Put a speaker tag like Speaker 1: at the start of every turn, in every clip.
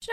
Speaker 1: Do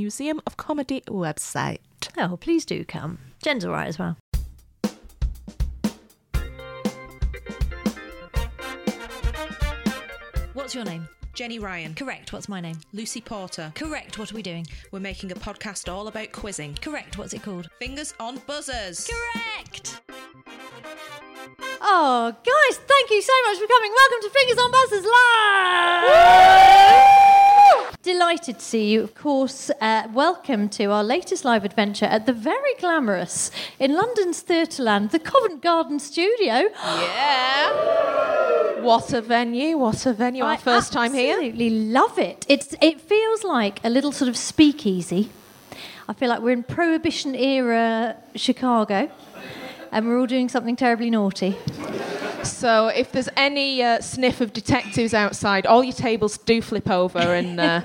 Speaker 2: Museum of Comedy website.
Speaker 1: Oh, please do come. Jen's all right as well. What's your name?
Speaker 3: Jenny Ryan.
Speaker 1: Correct. What's my name?
Speaker 3: Lucy Porter.
Speaker 1: Correct. What are we doing?
Speaker 3: We're making a podcast all about quizzing.
Speaker 1: Correct. What's it called?
Speaker 3: Fingers on buzzers.
Speaker 1: Correct. Oh, guys, thank you so much for coming. Welcome to Fingers on Buzzers Live. Delighted to see you, of course. Uh, welcome to our latest live adventure at the very glamorous in London's Theatreland, the Covent Garden Studio.
Speaker 2: What a venue, what a venue. Our first time here.
Speaker 1: Absolutely love it. It's it feels like a little sort of speakeasy. I feel like we're in Prohibition era Chicago, and we're all doing something terribly naughty.
Speaker 4: So, if there's any uh, sniff of detectives outside, all your tables do flip over, and uh,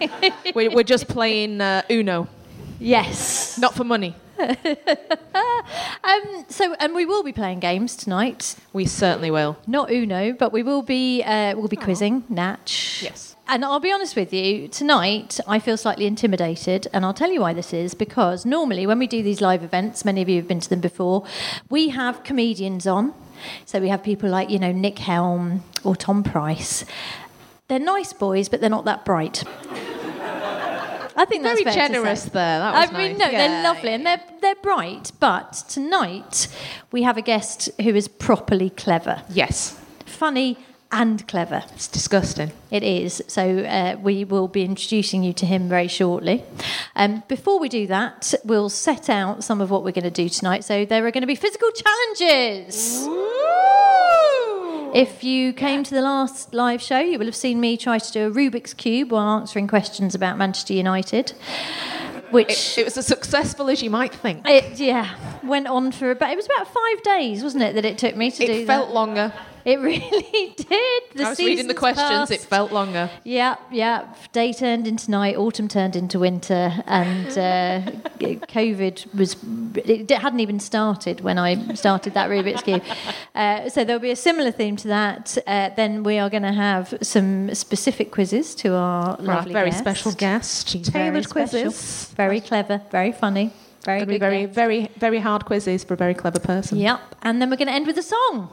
Speaker 4: we're, we're just playing uh, Uno,
Speaker 1: Yes.
Speaker 4: not for money.
Speaker 1: Um, so, and we will be playing games tonight.
Speaker 4: We certainly will.
Speaker 1: Not Uno, but we will be uh, we'll be quizzing Natch.
Speaker 4: Yes.
Speaker 1: And I'll be honest with you, tonight I feel slightly intimidated, and I'll tell you why this is because normally when we do these live events, many of you have been to them before, we have comedians on. So we have people like, you know, Nick Helm or Tom Price. They're nice boys, but they're not that bright. I think that's
Speaker 4: Very
Speaker 1: fair to
Speaker 4: generous
Speaker 1: say.
Speaker 4: there. That was
Speaker 1: I mean, no,
Speaker 4: nice.
Speaker 1: they're
Speaker 4: Yeah,
Speaker 1: lovely and they're they're bright. But tonight we have a guest who is properly clever,
Speaker 4: Yes,
Speaker 1: funny and clever.
Speaker 4: it's disgusting.
Speaker 1: It is. So uh, we will be introducing you to him very shortly. Um, before we do that, we'll set out some of what we're going to do tonight. So there are going to be physical challenges. If you came to the last live show, you will have seen me try to do a Rubik's Cube while answering questions about Manchester United, which.
Speaker 4: It was as successful as you might think.
Speaker 1: It yeah went on for about it was about five days, wasn't it? That it took me to do
Speaker 4: It felt
Speaker 1: that.
Speaker 4: longer.
Speaker 1: It really did. The
Speaker 4: I was reading the
Speaker 1: seasons
Speaker 4: questions, it
Speaker 1: passed.
Speaker 4: felt longer.
Speaker 1: Yeah, yeah. Day turned into night, autumn turned into winter, and uh, g- COVID was. It hadn't even started when I started that Rubik's Cube. Uh, so there'll be a similar theme to that. Uh, then we are going to have some specific quizzes to our
Speaker 4: For our
Speaker 1: lovely
Speaker 4: very
Speaker 1: guest.
Speaker 4: special guest.
Speaker 1: She's very
Speaker 4: Tailored
Speaker 1: special,
Speaker 4: quizzes.
Speaker 1: Very clever, very funny, very
Speaker 4: Gonna
Speaker 1: good.
Speaker 4: be very,
Speaker 1: guest.
Speaker 4: very, very hard quizzes for a very clever person.
Speaker 1: Yep, and then we're going to end with a song.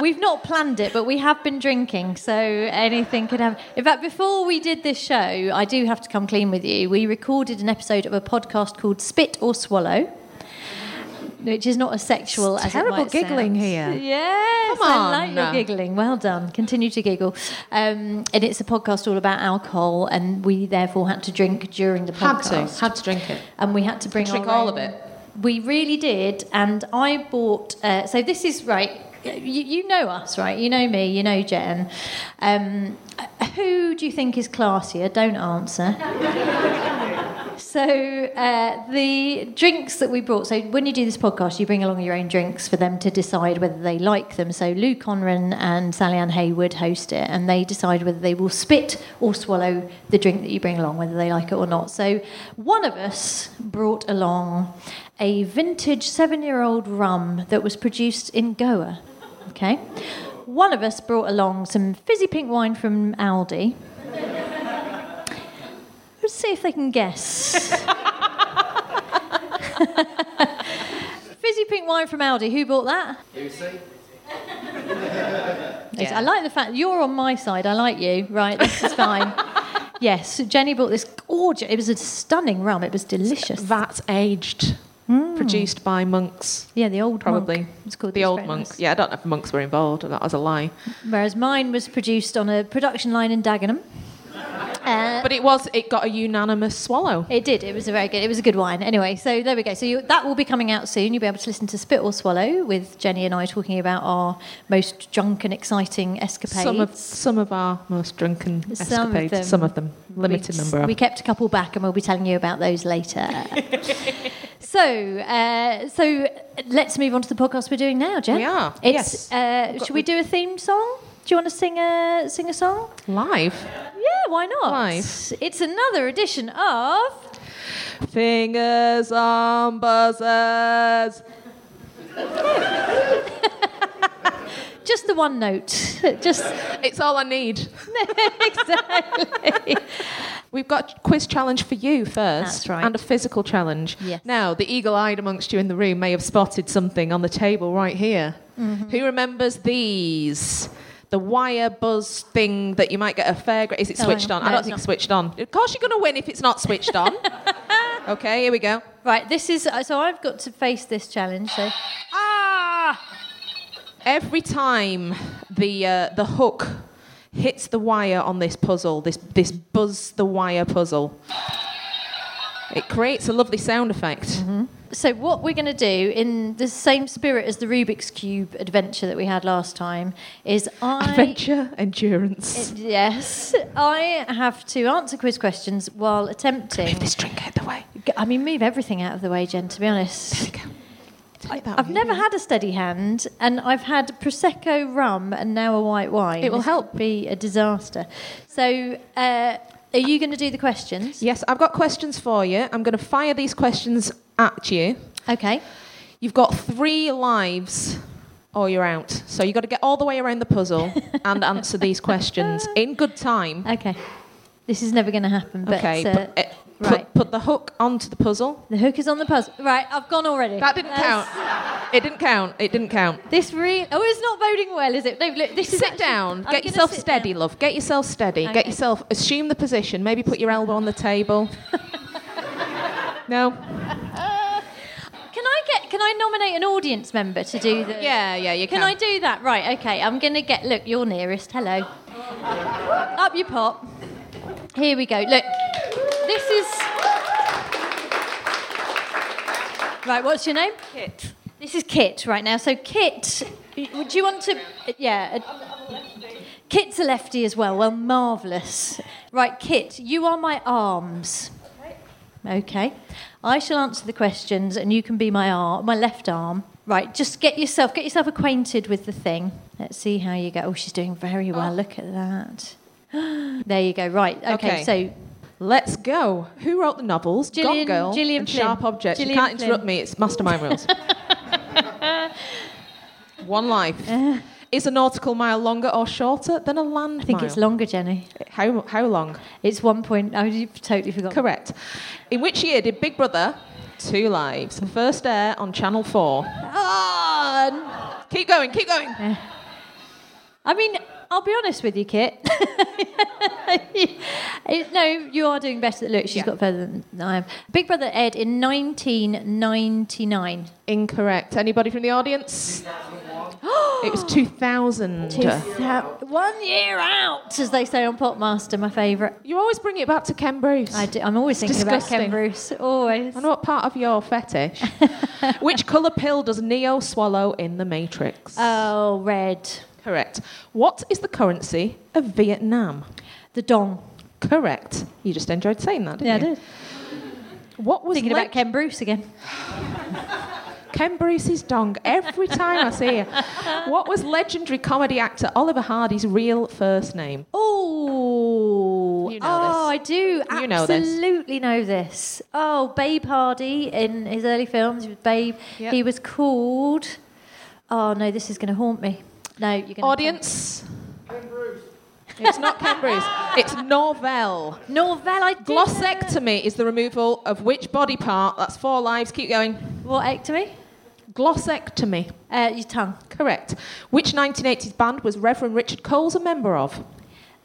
Speaker 1: We've not planned it, but we have been drinking, so anything could happen. In fact, before we did this show, I do have to come clean with you. We recorded an episode of a podcast called Spit or Swallow, which is not as sexual
Speaker 4: It's
Speaker 1: as
Speaker 4: terrible
Speaker 1: it might
Speaker 4: giggling
Speaker 1: sound.
Speaker 4: here.
Speaker 1: Yes,
Speaker 4: Come
Speaker 1: I like
Speaker 4: on.
Speaker 1: your giggling. Well done. Continue to giggle. Um, and it's a podcast all about alcohol, and we therefore had to drink during the
Speaker 4: Had
Speaker 1: podcast
Speaker 4: to, had to drink it.
Speaker 1: and we had to bring
Speaker 4: Drink
Speaker 1: our
Speaker 4: all
Speaker 1: own-
Speaker 4: of it.
Speaker 1: We really did, and I bought. Uh, so this is right. You, you know us, right? You know me. You know Jen. Um, who do you think is classier? Don't answer. So uh, the drinks that we brought. So when you do this podcast, you bring along your own drinks for them to decide whether they like them. So Lou Conran and Sally Ann Hayward host it, and they decide whether they will spit or swallow the drink that you bring along, whether they like it or not. So one of us brought along a vintage seven-year-old rum that was produced in Goa. Okay. One of us brought along some fizzy pink wine from Aldi. It was Just see if they can guess. Fizzy pink wine from Aldi. Who bought that? Yes, I like the fact you're on my side. I like you. Right, this is fine. yes, Jenny bought this gorgeous. It was a stunning rum. It was delicious.
Speaker 4: Vat aged,
Speaker 1: Hmm.
Speaker 4: produced by monks.
Speaker 1: Yeah, the old
Speaker 4: Probably.
Speaker 1: monk. It's called
Speaker 4: The
Speaker 1: it's
Speaker 4: old
Speaker 1: very
Speaker 4: monks.
Speaker 1: nice.
Speaker 4: Yeah, I don't know if monks were involved. That was a lie.
Speaker 1: Whereas mine was produced on a production line in Dagenham. Uh,
Speaker 4: But it was. It got a unanimous swallow.
Speaker 1: It did. It was a very good. It was a good wine. Anyway, so there we go. So you, that will be coming out soon. You'll be able to listen to Spit or Swallow with Jenny and I talking about our most drunk and exciting escapades.
Speaker 4: Some of some of our most drunken escapades.
Speaker 1: Some of them.
Speaker 4: Some of them. Limited
Speaker 1: we,
Speaker 4: number of.
Speaker 1: We kept a couple back, and we'll be telling you about those later. so, uh, so let's move on to the podcast we're doing now, Jen.
Speaker 4: We are,
Speaker 1: It's,
Speaker 4: yes.
Speaker 1: Uh, should we do a themed song? Do you want to sing a sing a song?
Speaker 4: Live.
Speaker 1: Yeah, why not?
Speaker 4: Nice.
Speaker 1: It's another edition of
Speaker 4: Fingers on buzzers.
Speaker 1: just the one note. just
Speaker 4: It's all I need.
Speaker 1: exactly.
Speaker 4: We've got a quiz challenge for you first,
Speaker 1: That's right.
Speaker 4: and a physical challenge.
Speaker 1: Yes.
Speaker 4: Now, the eagle-eyed amongst you in the room may have spotted something on the table right here.
Speaker 1: Mm-hmm.
Speaker 4: Who remembers these? The wire buzz thing that you might get a fair grade. Is it
Speaker 1: Oh,
Speaker 4: switched
Speaker 1: hang
Speaker 4: on?
Speaker 1: on. No,
Speaker 4: I don't
Speaker 1: it's
Speaker 4: think
Speaker 1: not.
Speaker 4: it's switched on. Of course, you're going to win if it's not switched on. okay, here we go.
Speaker 1: Right, this is uh, so I've got to face this challenge. So
Speaker 4: Every time the uh, the hook hits the wire on this puzzle, this this buzz the wire puzzle, it creates a lovely sound effect.
Speaker 1: Mm-hmm. so what we're going to do in the same spirit as the Rubik's cube adventure that we had last time is I
Speaker 4: Adventure, endurance.
Speaker 1: yes, I have to answer quiz questions while attempting
Speaker 4: Move this drink out the way.
Speaker 1: I mean move everything out of the way, Jen, to be honest.
Speaker 4: I,
Speaker 1: I've never had a steady hand, and I've had prosecco, rum, and now a white wine.
Speaker 4: It will
Speaker 1: This
Speaker 4: help.
Speaker 1: could Be a disaster. So, uh, are you going to do the questions?
Speaker 4: Yes, I've got questions for you. I'm going to fire these questions at you.
Speaker 1: Okay.
Speaker 4: You've got three lives, or you're out. So you've got to get all the way around the puzzle and answer these questions in good time.
Speaker 1: Okay. This is never going to happen. But,
Speaker 4: okay,
Speaker 1: uh,
Speaker 4: put, eh, put-
Speaker 1: right.
Speaker 4: put the hook onto the puzzle.
Speaker 1: the hook is on the puzzle. Right, I've gone already.
Speaker 4: That didn't
Speaker 1: That's-
Speaker 4: count. It didn't count. It didn't count.
Speaker 1: This re oh, it's not voting well, is it? No, look, this is
Speaker 4: Sit
Speaker 1: actually-
Speaker 4: down.
Speaker 1: I'm
Speaker 4: Get
Speaker 1: gonna
Speaker 4: yourself
Speaker 1: sit
Speaker 4: steady,
Speaker 1: down.
Speaker 4: love. Get yourself steady. Get
Speaker 1: Okay.
Speaker 4: yourself. Assume the position. Maybe put your elbow on the table. no.
Speaker 1: Can I get? Can I nominate an audience member to do the?
Speaker 4: Yeah, yeah. You
Speaker 1: Can I do that? Right. Okay. I'm gonna get. Look, you're nearest. Hello. Up you pop. Here we go. Look, this is. Right. What's your name?
Speaker 5: Kit.
Speaker 1: This is Kit right now. So Kit, would you want to? Yeah. a- Kit's a lefty as well. Well, marvellous. Right, Kit, you are my arms. Okay. I shall answer the questions, and you can be my arm, my left arm. Right, just get yourself get yourself acquainted with the thing. Let's see how you go. Oh, she's doing very well. Look at that. there you go. Right. Okay.
Speaker 4: Okay.
Speaker 1: So
Speaker 4: Let's go. Who wrote the novels?
Speaker 1: Gillian-
Speaker 4: Gone Girl
Speaker 1: Gillian
Speaker 4: and
Speaker 1: Flynn.
Speaker 4: Sharp Objects.
Speaker 1: Gillian
Speaker 4: you can't interrupt
Speaker 1: Flynn.
Speaker 4: me. It's mastermind rules. One life. Is a nautical mile longer or shorter than a land
Speaker 1: Uh. I think
Speaker 4: mile?
Speaker 1: it's longer, Jenny.
Speaker 4: How, how long?
Speaker 1: It's one point. Oh, you totally forgot.
Speaker 4: Correct. In which year did Big Brother, Two Lives, first air on Channel 4? Keep going, keep going.
Speaker 1: I mean, I'll be honest with you, Kit. It- no, you are doing better. Look, she's got further than I am. Big Brother Ed in 1999.
Speaker 4: Incorrect. Anybody from the audience? it was 2000.
Speaker 1: Two thou- one year out, as they say on Popmaster, my favourite.
Speaker 4: You always bring it back to Ken Bruce.
Speaker 1: I do, I'm always thinking
Speaker 4: disgusting.
Speaker 1: about Ken Bruce. Always.
Speaker 4: I wonder what part of your fetish. Which colour pill does Neo swallow in The Matrix?
Speaker 1: Oh, red.
Speaker 4: Correct. What is the currency of Vietnam?
Speaker 1: The dong.
Speaker 4: Correct. You just enjoyed saying that, didn't
Speaker 1: Yeah, I
Speaker 4: you?
Speaker 1: did.
Speaker 4: What was
Speaker 1: Thinking
Speaker 4: leg-
Speaker 1: about Ken Bruce again.
Speaker 4: Ken Bruce's dong every time I see her. What was legendary comedy actor Oliver Hardy's real first name?
Speaker 1: Oh,
Speaker 4: You know
Speaker 1: oh,
Speaker 4: this.
Speaker 1: I do.
Speaker 4: You
Speaker 1: Absolutely know
Speaker 4: know this.
Speaker 1: this. Oh, Babe Hardy in his early films with Babe.
Speaker 4: Yep.
Speaker 1: He was called. Oh no, this is going to haunt me. No, you're going
Speaker 4: Audience. It's not Cambries. it's Norvell.
Speaker 1: Norvell, I did it.
Speaker 4: Glossectomy is the removal of which body part? That's four lives. Keep going.
Speaker 1: What ectomy?
Speaker 4: Glossectomy.
Speaker 1: Uh, your tongue.
Speaker 4: Correct. Which 1980s band was Reverend Richard Coles a member of?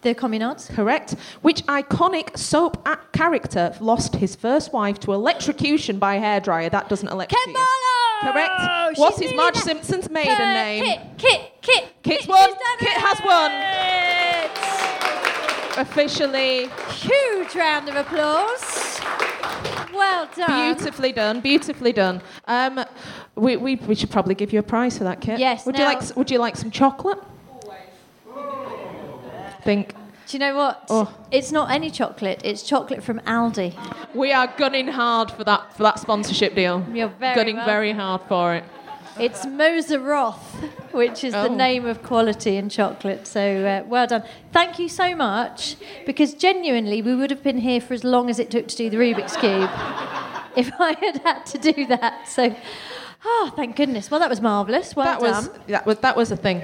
Speaker 1: The communards.
Speaker 4: Correct. Which iconic soap act character lost his first wife to electrocution by a hairdryer? That doesn't electrocute. you.
Speaker 1: Kembala!
Speaker 4: Correct.
Speaker 1: She's
Speaker 4: What is
Speaker 1: nearly
Speaker 4: Marge
Speaker 1: there.
Speaker 4: Simpson's maiden
Speaker 1: Kit,
Speaker 4: name?
Speaker 1: Kit, Kit, Kit.
Speaker 4: Kit's
Speaker 1: She's
Speaker 4: won.
Speaker 1: done
Speaker 4: Kit
Speaker 1: it.
Speaker 4: has won. Officially,
Speaker 1: Huge round of applause. Well done.
Speaker 4: beautifully done. Beautifully done. Um, we, we, we should probably give you a prize for that, Kit.
Speaker 1: Yes,
Speaker 4: Would you
Speaker 1: now-
Speaker 4: like s- Would you like some chocolate? Think.
Speaker 1: Do you know what?
Speaker 4: Oh.
Speaker 1: It's not any chocolate. It's chocolate from Aldi.
Speaker 4: We are gunning hard for that for that sponsorship deal.
Speaker 1: You're very
Speaker 4: gunning
Speaker 1: welcome.
Speaker 4: very hard for it.
Speaker 1: It's Moser Roth, which is
Speaker 4: Oh.
Speaker 1: the name of quality in chocolate. So uh, well done. Thank you so much, because genuinely, we would have been here for as long as it took to do the Rubik's Cube if I had had to do that. So, oh, thank goodness. Well, that was marvellous. Well
Speaker 4: that
Speaker 1: done.
Speaker 4: was that was that was a thing.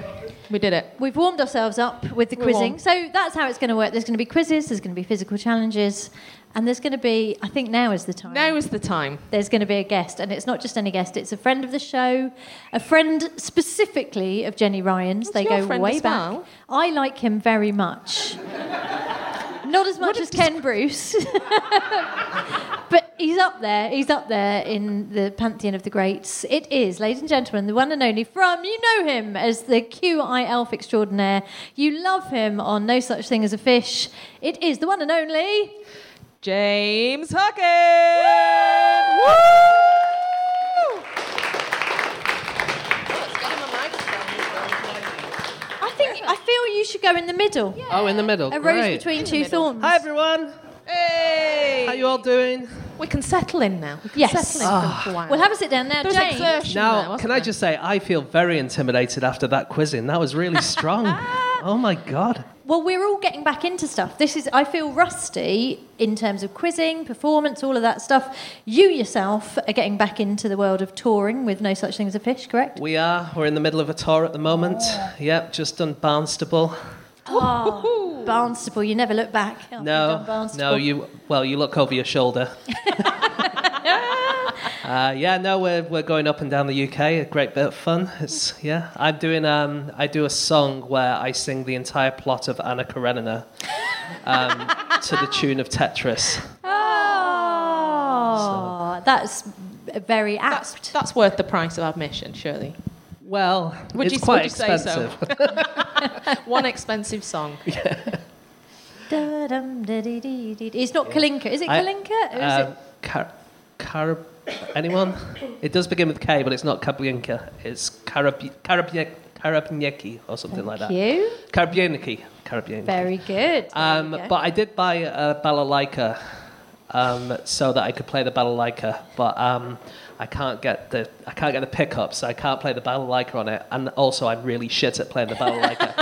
Speaker 4: We did it.
Speaker 1: We've warmed ourselves up with the
Speaker 4: We're
Speaker 1: quizzing.
Speaker 4: warm.
Speaker 1: So that's how it's going to work. There's going to be quizzes, there's going to be physical challenges, and there's going to be, I think now is the time.
Speaker 4: Now is the time.
Speaker 1: There's going to be a guest, and it's not just any guest, it's a friend of the show, a friend specifically of Jenny Ryan's. they
Speaker 4: your
Speaker 1: go
Speaker 4: friend
Speaker 1: way
Speaker 4: as
Speaker 1: back.
Speaker 4: well?
Speaker 1: I like him very much. not as much
Speaker 4: a
Speaker 1: as Ken Bruce. But he's up there. He's up there in the pantheon of the greats. It is, ladies and gentlemen, the one and only from you know him as the QI elf extraordinaire. You love him on No Such Thing as a Fish. It is the one and only.
Speaker 4: James Hawkins. Woo!
Speaker 1: I think I feel you should go in the middle.
Speaker 5: Oh, in the middle.
Speaker 1: A rose
Speaker 5: Great.
Speaker 1: between two thorns.
Speaker 5: Hi everyone.
Speaker 4: Hey!
Speaker 5: How you all doing?
Speaker 4: We can settle in now. We can
Speaker 1: Yes. Ah.
Speaker 4: settle in for a while.
Speaker 1: We'll have a sit down now,
Speaker 4: There was
Speaker 1: James.
Speaker 4: exertion there,
Speaker 5: Now,
Speaker 4: wasn't
Speaker 5: can I
Speaker 4: there?
Speaker 5: just say I feel very intimidated after that quizzing. That was really strong. oh my god.
Speaker 1: Well, we're all getting back into stuff. This is, I feel rusty in terms of quizzing, performance, all of that stuff. You yourself are getting back into the world of touring with No Such Thing as a Fish, correct?
Speaker 5: We are. We're in the middle of a tour at the moment. Yep, just done Barnstable.
Speaker 1: Oh, Barnstable, you never look back. after you've done
Speaker 5: Ah. No,
Speaker 1: Barnstable.
Speaker 5: no, you. Well, you look over your shoulder. uh, yeah, no, we're we're going up and down the UK. A great bit of fun. It's yeah. I'm doing. Um, I do a song where I sing the entire plot of Anna Karenina. Um, to the tune of Tetris.
Speaker 1: Oh, that's very
Speaker 4: That's,
Speaker 1: apt.
Speaker 4: that's worth the price of admission, surely.
Speaker 5: Well,
Speaker 4: Would
Speaker 5: it's
Speaker 4: you-
Speaker 5: quite
Speaker 4: would you say so?
Speaker 5: expensive.
Speaker 4: One expensive song.
Speaker 1: Da-dum, da-dee-dee-dee. It's not Kalinka, is it
Speaker 5: I-
Speaker 1: Kalinka? Or is
Speaker 5: Uh,
Speaker 1: it?
Speaker 5: car- car- anyone? It does begin with K, but it's not Kablinka. It's Karab- Karabie- Karabnieki or something like that.
Speaker 1: Thank you.
Speaker 5: Karabnieki. Karabnieki.
Speaker 1: Very good. There
Speaker 5: Um,
Speaker 1: we go.
Speaker 5: but I did buy a balalaika um, so that I could play the balalaika, but um, I can't get the I can't get the pickups, so I can't play the balalaika on it. And also, I'm really shit at playing the balalaika,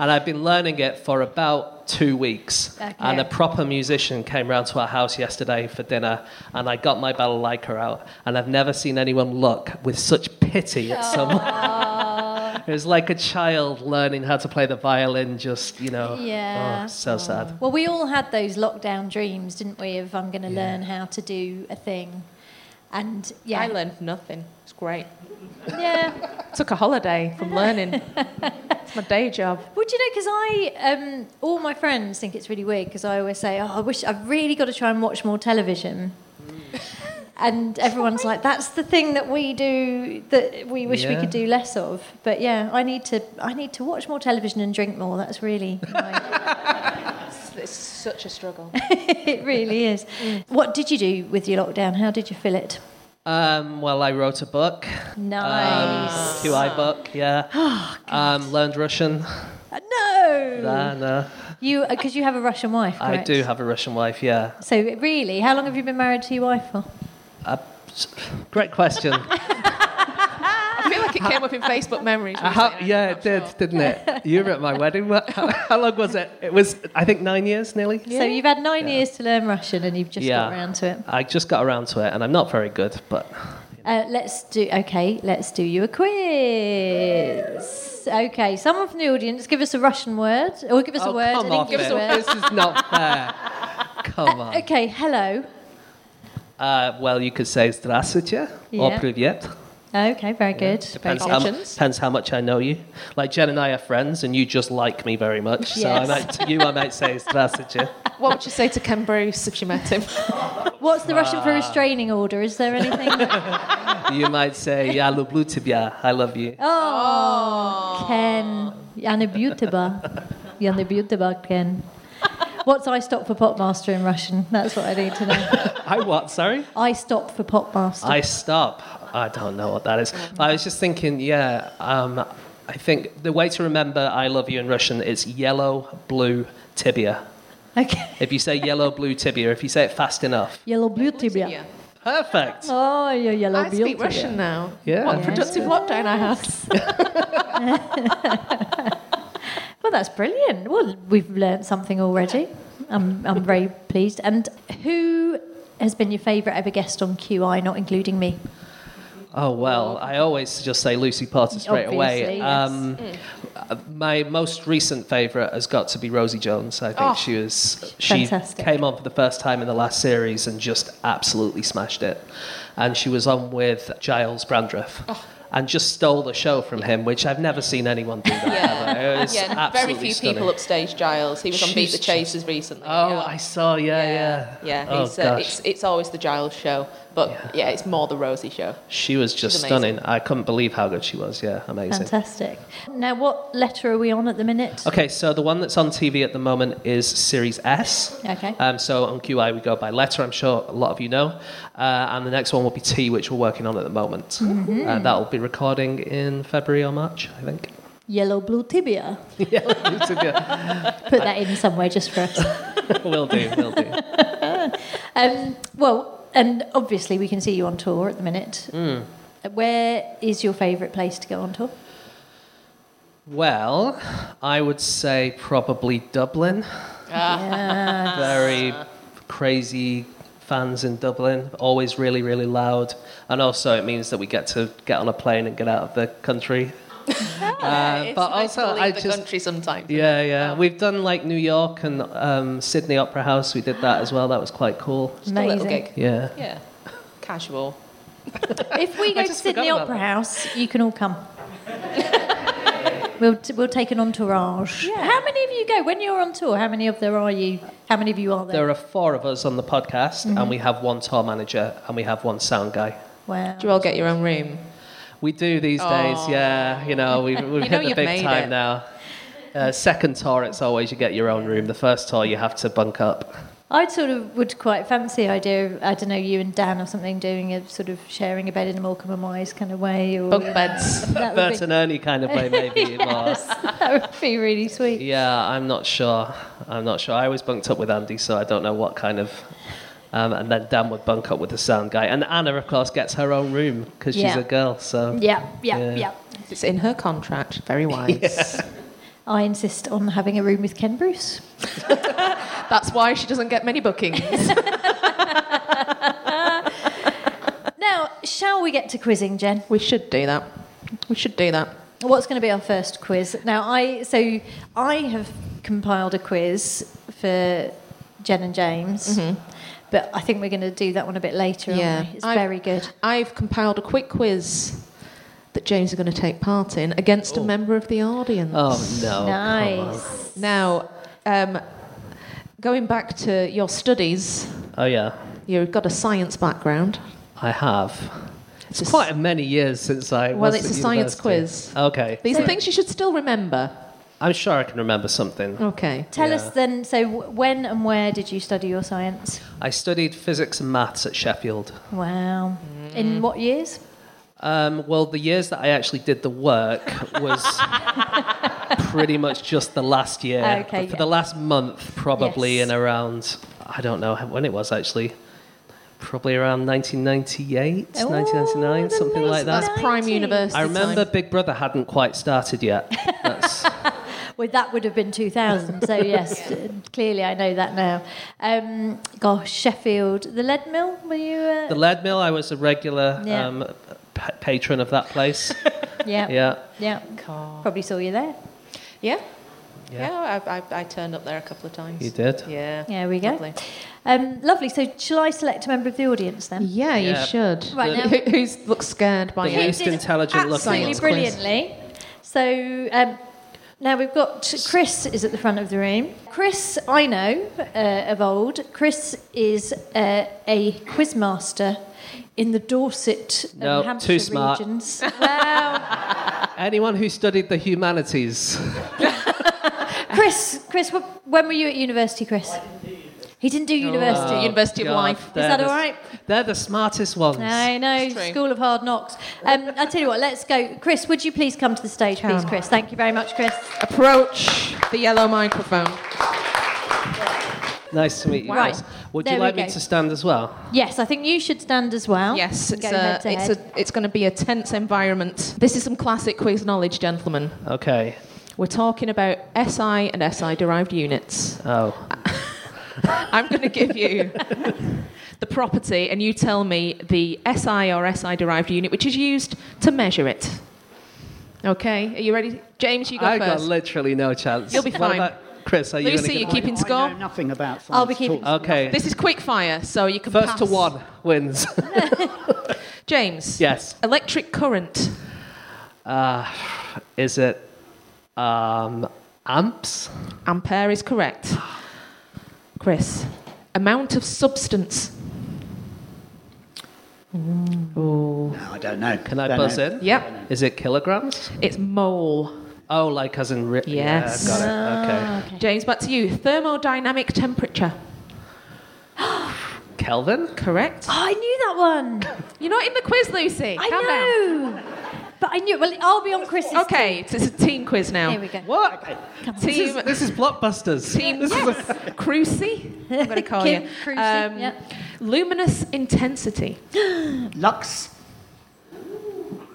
Speaker 5: and I've been learning it for about two weeks.
Speaker 1: Okay.
Speaker 5: And a proper musician came round to our house yesterday for dinner, and I got my balalaika out, and I've never seen anyone look with such pity at someone. it was like a child learning how to play the violin, just you know.
Speaker 1: Yeah.
Speaker 5: Oh, so sad.
Speaker 1: Well, we all had those lockdown dreams, didn't we? Of I'm going to learn how to do a thing, and yeah,
Speaker 4: I learned nothing. It's great.
Speaker 1: yeah.
Speaker 4: Took a holiday from learning. it's my day job.
Speaker 1: Well, do you know? Because I, um, all my friends think it's really weird because I always say, "Oh, I wish I've really got to try and watch more television."
Speaker 4: Mm.
Speaker 1: And everyone's like, "That's the thing that we do that we wish we
Speaker 5: Yeah.
Speaker 1: could do less of." But yeah, I need to, I need to watch more television and drink more. That's really, my,
Speaker 4: It's, it's such a struggle.
Speaker 1: it really is.
Speaker 4: Mm.
Speaker 1: What did you do with your lockdown? How did you fill it?
Speaker 5: Um, well, I wrote a book.
Speaker 1: Nice.
Speaker 5: Um, QI book, yeah. um, learned Russian.
Speaker 1: Uh, No.
Speaker 5: Nah, nah.
Speaker 1: You because you have a Russian wife.
Speaker 5: I
Speaker 1: Correct?
Speaker 5: do have a Russian wife, yeah.
Speaker 1: So really, how long have you been married to your wife for?
Speaker 5: Uh, s- great question.
Speaker 4: I feel like it came up in Facebook memories.
Speaker 5: Uh, how- yeah, it did, didn't it? You were at my wedding. Wha- How, how long was it? It was, I think, nine years nearly.
Speaker 1: So you've had nine years to learn Russian, and you've just
Speaker 5: Yeah.
Speaker 1: got around to it.
Speaker 5: I just got around to it, and I'm not very good, but
Speaker 1: Uh, let's do okay. Let's do you a quiz. Okay, someone from the audience, give us a Russian word, or give us a
Speaker 5: Oh,
Speaker 1: word.
Speaker 5: come
Speaker 1: and then
Speaker 5: off
Speaker 1: give us
Speaker 5: it.
Speaker 1: a word.
Speaker 5: This is not fair. Come on.
Speaker 1: Okay, hello.
Speaker 5: Uh, well, you could say здравствуйте or
Speaker 1: Yeah.
Speaker 5: привет.
Speaker 1: Okay, very good. Very
Speaker 5: Depends
Speaker 1: good.
Speaker 5: how,
Speaker 4: Options.
Speaker 5: depends how much I know you. Like Jen and I are friends, and you just like me very much. So I
Speaker 1: Yes.
Speaker 5: might, to you, I might say здравствуйте.
Speaker 4: What would you say to Ken Bruce if you met him?
Speaker 1: What's the Russian for restraining order? Is there anything?
Speaker 5: You might say я люблю тебя. I love you.
Speaker 1: oh, Ken, Yanabutaba, Yanabutaba, Ken. What's I stop for Popmaster in Russian? That's what I need to know.
Speaker 5: I what? Sorry.
Speaker 1: I stop for Popmaster.
Speaker 5: I stop. I don't know what that is. But I was just thinking. Yeah. Um, I think the way to remember I love you in Russian is yellow, blue, tibia.
Speaker 1: Okay.
Speaker 5: If you say yellow, blue, tibia, if you say it fast enough,
Speaker 1: Yellow blue tibia.
Speaker 5: perfect.
Speaker 1: Oh, you're yellow
Speaker 4: I
Speaker 1: blue
Speaker 4: speak
Speaker 1: tibia.
Speaker 4: Russian now.
Speaker 5: Yeah.
Speaker 4: What a productive lockdown I had.
Speaker 1: Well, that's brilliant. Well, we've learnt something already. I'm, I'm very pleased. And who has been your favourite ever guest on QI, not including me?
Speaker 5: Oh well, I always just say Lucy Potter straight away.
Speaker 1: Obviously,
Speaker 5: Um, uh,
Speaker 4: Mm.
Speaker 5: My most recent favourite has got to be Rosie Jones. I think
Speaker 4: Oh,
Speaker 5: she was she
Speaker 1: fantastic.
Speaker 5: came on for the first time in the last series and just absolutely smashed it. And she was on with Giles Brandreth.
Speaker 4: Oh.
Speaker 5: And just stole the show from him, which I've never seen anyone do that. ever. It was
Speaker 4: Yeah, very
Speaker 5: absolutely
Speaker 4: few
Speaker 5: stunning.
Speaker 4: people upstage Giles. He was on Beat
Speaker 5: She's
Speaker 4: the
Speaker 5: just-
Speaker 4: Chasers recently.
Speaker 5: Oh,
Speaker 4: yeah.
Speaker 5: I saw. Yeah, yeah,
Speaker 4: Yeah,
Speaker 5: oh,
Speaker 4: he's, uh,
Speaker 5: gosh.
Speaker 4: it's, it's always the Giles show, but yeah, it's more the Rosie show.
Speaker 5: she was just
Speaker 4: she's amazing.
Speaker 5: stunning. I couldn't believe how good she was. Yeah, amazing.
Speaker 1: Fantastic. Now, what letter are we on at the minute?
Speaker 5: Okay, so the one that's on TV at the moment is Series S.
Speaker 1: Okay.
Speaker 5: Um, so on QI we go by letter. I'm sure a lot of you know. Uh, and the next one will be T, which we're working on at the moment. Uh, that will be recording in February or March, I think.
Speaker 1: Yellow blue tibia.
Speaker 5: yeah,
Speaker 1: Put that in somewhere just for us.
Speaker 5: will do, will do.
Speaker 1: Um, well, and obviously we can see you on tour at the minute. Where is your favourite place to go on tour?
Speaker 5: Well, I would say probably Dublin.
Speaker 1: Yeah.
Speaker 5: Very crazy fans in Dublin, always really, really loud. And also, it means that we get to get on a plane and get out of the country. Uh,
Speaker 4: it's
Speaker 5: but
Speaker 4: nice
Speaker 5: also,
Speaker 4: to leave
Speaker 5: I
Speaker 4: the
Speaker 5: just-
Speaker 4: country sometimes.
Speaker 5: Yeah,
Speaker 4: Um,
Speaker 5: yeah. We've done like New York and um, Sydney Opera House. We did that as well. That was quite cool.
Speaker 4: Just a little
Speaker 1: Amazing.
Speaker 4: gig.
Speaker 5: Yeah.
Speaker 4: Yeah, casual.
Speaker 1: If we go to
Speaker 5: just
Speaker 1: Sydney
Speaker 5: forgot about
Speaker 1: Opera House, you can all come. we'll, t- we'll take an entourage. How many of you go? When you're on tour, how many of there are you? How many of you are there?
Speaker 5: There are four of us on the podcast, and
Speaker 4: Mm-hmm.
Speaker 5: we have one tour manager and we have one sound guy.
Speaker 1: wow.
Speaker 4: Do you all get your own room?
Speaker 5: We do these days, yeah. You know, we've, we've
Speaker 4: You know
Speaker 5: hit the
Speaker 4: you've
Speaker 5: big
Speaker 4: made
Speaker 5: time
Speaker 4: it.
Speaker 5: now. Uh, second tour, it's always you get your own room. The first tour, you have to bunk up.
Speaker 1: I sort of would quite fancy the idea of, I don't know, you and Dan or something doing a sort of sharing a bed in a Morecambe and Wise kind of way. Or,
Speaker 4: Bunk beds.
Speaker 1: That would
Speaker 5: Bert
Speaker 1: be,
Speaker 5: and Ernie kind of way, maybe. more.
Speaker 1: yes, that would be really sweet.
Speaker 5: Yeah, I'm not sure. I'm not sure. I always bunked up with Andy, so I don't know what kind of. Um, and then Dan would bunk up with the sound guy. And Anna, of course, gets her own room because
Speaker 1: Yeah.
Speaker 5: she's a girl. So
Speaker 1: Yeah, yeah, yeah.
Speaker 5: Yeah.
Speaker 4: It's in her contract. Very wise.
Speaker 1: I insist on having a room with Ken Bruce.
Speaker 4: That's why she doesn't get many bookings.
Speaker 1: Now, shall we get to quizzing, Jen?
Speaker 4: we should do that. We should do that.
Speaker 1: What's going to be our first quiz? Now, I so I have compiled a quiz for Jen and James, but I think we're going to do that one a bit later.
Speaker 4: Yeah.
Speaker 1: aren't we? it's
Speaker 4: I-
Speaker 1: very good.
Speaker 4: I've compiled a quick quiz that James is going to take part in against a member of the audience.
Speaker 5: Oh no!
Speaker 1: nice.
Speaker 4: Now, um, going back to your studies,
Speaker 5: come on. Oh yeah,
Speaker 4: you've got a science background.
Speaker 5: I have.
Speaker 4: It's a s-
Speaker 5: Quite many years since I.
Speaker 4: Well,
Speaker 5: was
Speaker 4: it's
Speaker 5: at
Speaker 4: a science
Speaker 5: university.
Speaker 4: quiz.
Speaker 5: Okay.
Speaker 4: These are things you should still remember.
Speaker 5: I'm sure I can remember something.
Speaker 4: Okay.
Speaker 1: Tell us then. So, w- when and where did you study your science?
Speaker 5: I studied physics and maths at Sheffield.
Speaker 1: Wow. In what years?
Speaker 5: Um, well, the years that I actually did the work was pretty much just the last year.
Speaker 1: Okay,
Speaker 5: But for
Speaker 1: yeah.
Speaker 5: the last month, probably
Speaker 1: Yes.
Speaker 5: in around, I don't know when it was actually, probably around 1998,
Speaker 1: Oh,
Speaker 5: 1999,
Speaker 1: the
Speaker 5: something like that.
Speaker 4: That's prime
Speaker 1: 90s.
Speaker 4: university.
Speaker 5: I remember
Speaker 4: time.
Speaker 5: Big Brother hadn't quite started yet. That's,
Speaker 1: well, that would have been 2000. So, yes, clearly I know that now. Um, gosh, Sheffield, the lead mill, were you? Uh,
Speaker 5: The lead mill, I was a regular
Speaker 1: Yeah.
Speaker 5: um, p- patron of that place.
Speaker 1: yeah, yeah,
Speaker 5: yeah.
Speaker 1: Probably saw you there.
Speaker 4: Yeah.
Speaker 5: Yeah.
Speaker 4: Yeah, I, I, I turned up there a couple of times.
Speaker 5: You did.
Speaker 4: Yeah.
Speaker 1: There we go.
Speaker 4: Lovely.
Speaker 1: Um, lovely. So, shall I select a member of the audience then?
Speaker 4: Yeah,
Speaker 5: Yeah.
Speaker 4: you should.
Speaker 1: Right now-
Speaker 4: Who, who's looks scared by
Speaker 5: The
Speaker 1: Yeah,
Speaker 4: you?
Speaker 1: it
Speaker 5: least
Speaker 1: did
Speaker 5: intelligent looking
Speaker 1: Absolutely
Speaker 5: one.
Speaker 4: quiz.
Speaker 1: brilliantly. So um, now we've got Chris is at the front of the room. Chris, I know uh, of old. Chris is uh, a quizmaster in the Dorset and
Speaker 5: No,
Speaker 1: Hampshire
Speaker 5: too smart.
Speaker 1: regions. Well,
Speaker 5: Anyone who studied the humanities.
Speaker 1: Chris, Chris, wh- when were you at university, Chris? He didn't do university.
Speaker 5: Oh,
Speaker 4: University of
Speaker 5: God,
Speaker 4: Life. Is
Speaker 5: they're
Speaker 1: that
Speaker 5: the-
Speaker 1: all right?
Speaker 5: They're the smartest ones.
Speaker 1: I
Speaker 4: It's
Speaker 1: know,
Speaker 4: true.
Speaker 1: School of Hard Knocks. Um, I tell you what, let's go. Chris, would you please come to the stage, please,
Speaker 4: Come.
Speaker 1: Chris? Thank you very much, Chris.
Speaker 4: Approach the yellow microphone.
Speaker 5: Nice to meet you.
Speaker 1: Wow.
Speaker 5: guys. Would
Speaker 1: There
Speaker 5: you
Speaker 1: we
Speaker 5: like me
Speaker 1: go.
Speaker 5: to stand as well?
Speaker 1: Yes, I think you should stand as well.
Speaker 4: Yes,
Speaker 1: And
Speaker 4: it's,
Speaker 1: go
Speaker 4: a,
Speaker 1: head to
Speaker 4: it's,
Speaker 1: head.
Speaker 4: a, it's going to be a tense environment. This is some classic quiz knowledge, gentlemen.
Speaker 5: Okay.
Speaker 4: We're talking about SI and SI derived units.
Speaker 5: Oh.
Speaker 4: I'm going to give you the property and you tell me the SI or SI derived unit which is used to measure it. Okay, are you ready? James, you go
Speaker 5: I got
Speaker 4: first.
Speaker 5: literally no chance.
Speaker 4: You'll be
Speaker 5: What
Speaker 4: fine.
Speaker 5: about- Chris, are you
Speaker 4: Lucy,
Speaker 5: gonna
Speaker 4: you
Speaker 5: give-
Speaker 4: keeping
Speaker 6: I, I
Speaker 4: score?
Speaker 6: know nothing about
Speaker 1: I'll be
Speaker 6: finance
Speaker 1: keeping-
Speaker 6: at all.
Speaker 5: Okay.
Speaker 4: This is quick fire, so you can
Speaker 5: First to
Speaker 4: pass.
Speaker 5: one wins.
Speaker 4: James.
Speaker 5: yes.
Speaker 4: Electric current.
Speaker 5: Uh, is it um, amps?
Speaker 4: Ampere is correct. Chris. Amount of substance. Ooh.
Speaker 6: No, I don't know.
Speaker 5: Can I
Speaker 6: Don't
Speaker 5: buzz
Speaker 6: know.
Speaker 5: in?
Speaker 4: Yep,
Speaker 5: Is it kilograms?
Speaker 4: it's mole.
Speaker 5: Oh, like as in ri-
Speaker 4: Yes. Ah.
Speaker 5: Yeah, got it. Okay.
Speaker 4: James, back to you. Thermodynamic temperature.
Speaker 5: Kelvin?
Speaker 4: Correct.
Speaker 1: Oh, I knew that one.
Speaker 4: You're not in the quiz, Lucy.
Speaker 1: I
Speaker 4: Calm down.
Speaker 1: know. But I knew. Well, I'll be on Chris's.
Speaker 4: Okay, it's, it's a team quiz
Speaker 1: team.
Speaker 4: now.
Speaker 1: Here we go.
Speaker 5: What? This is,
Speaker 4: Team,
Speaker 5: this is blockbusters.
Speaker 4: team, Crucy. I'm going to call
Speaker 1: Kim
Speaker 4: you. Um,
Speaker 1: Crucy, yep.
Speaker 4: Luminous intensity.
Speaker 6: Lux.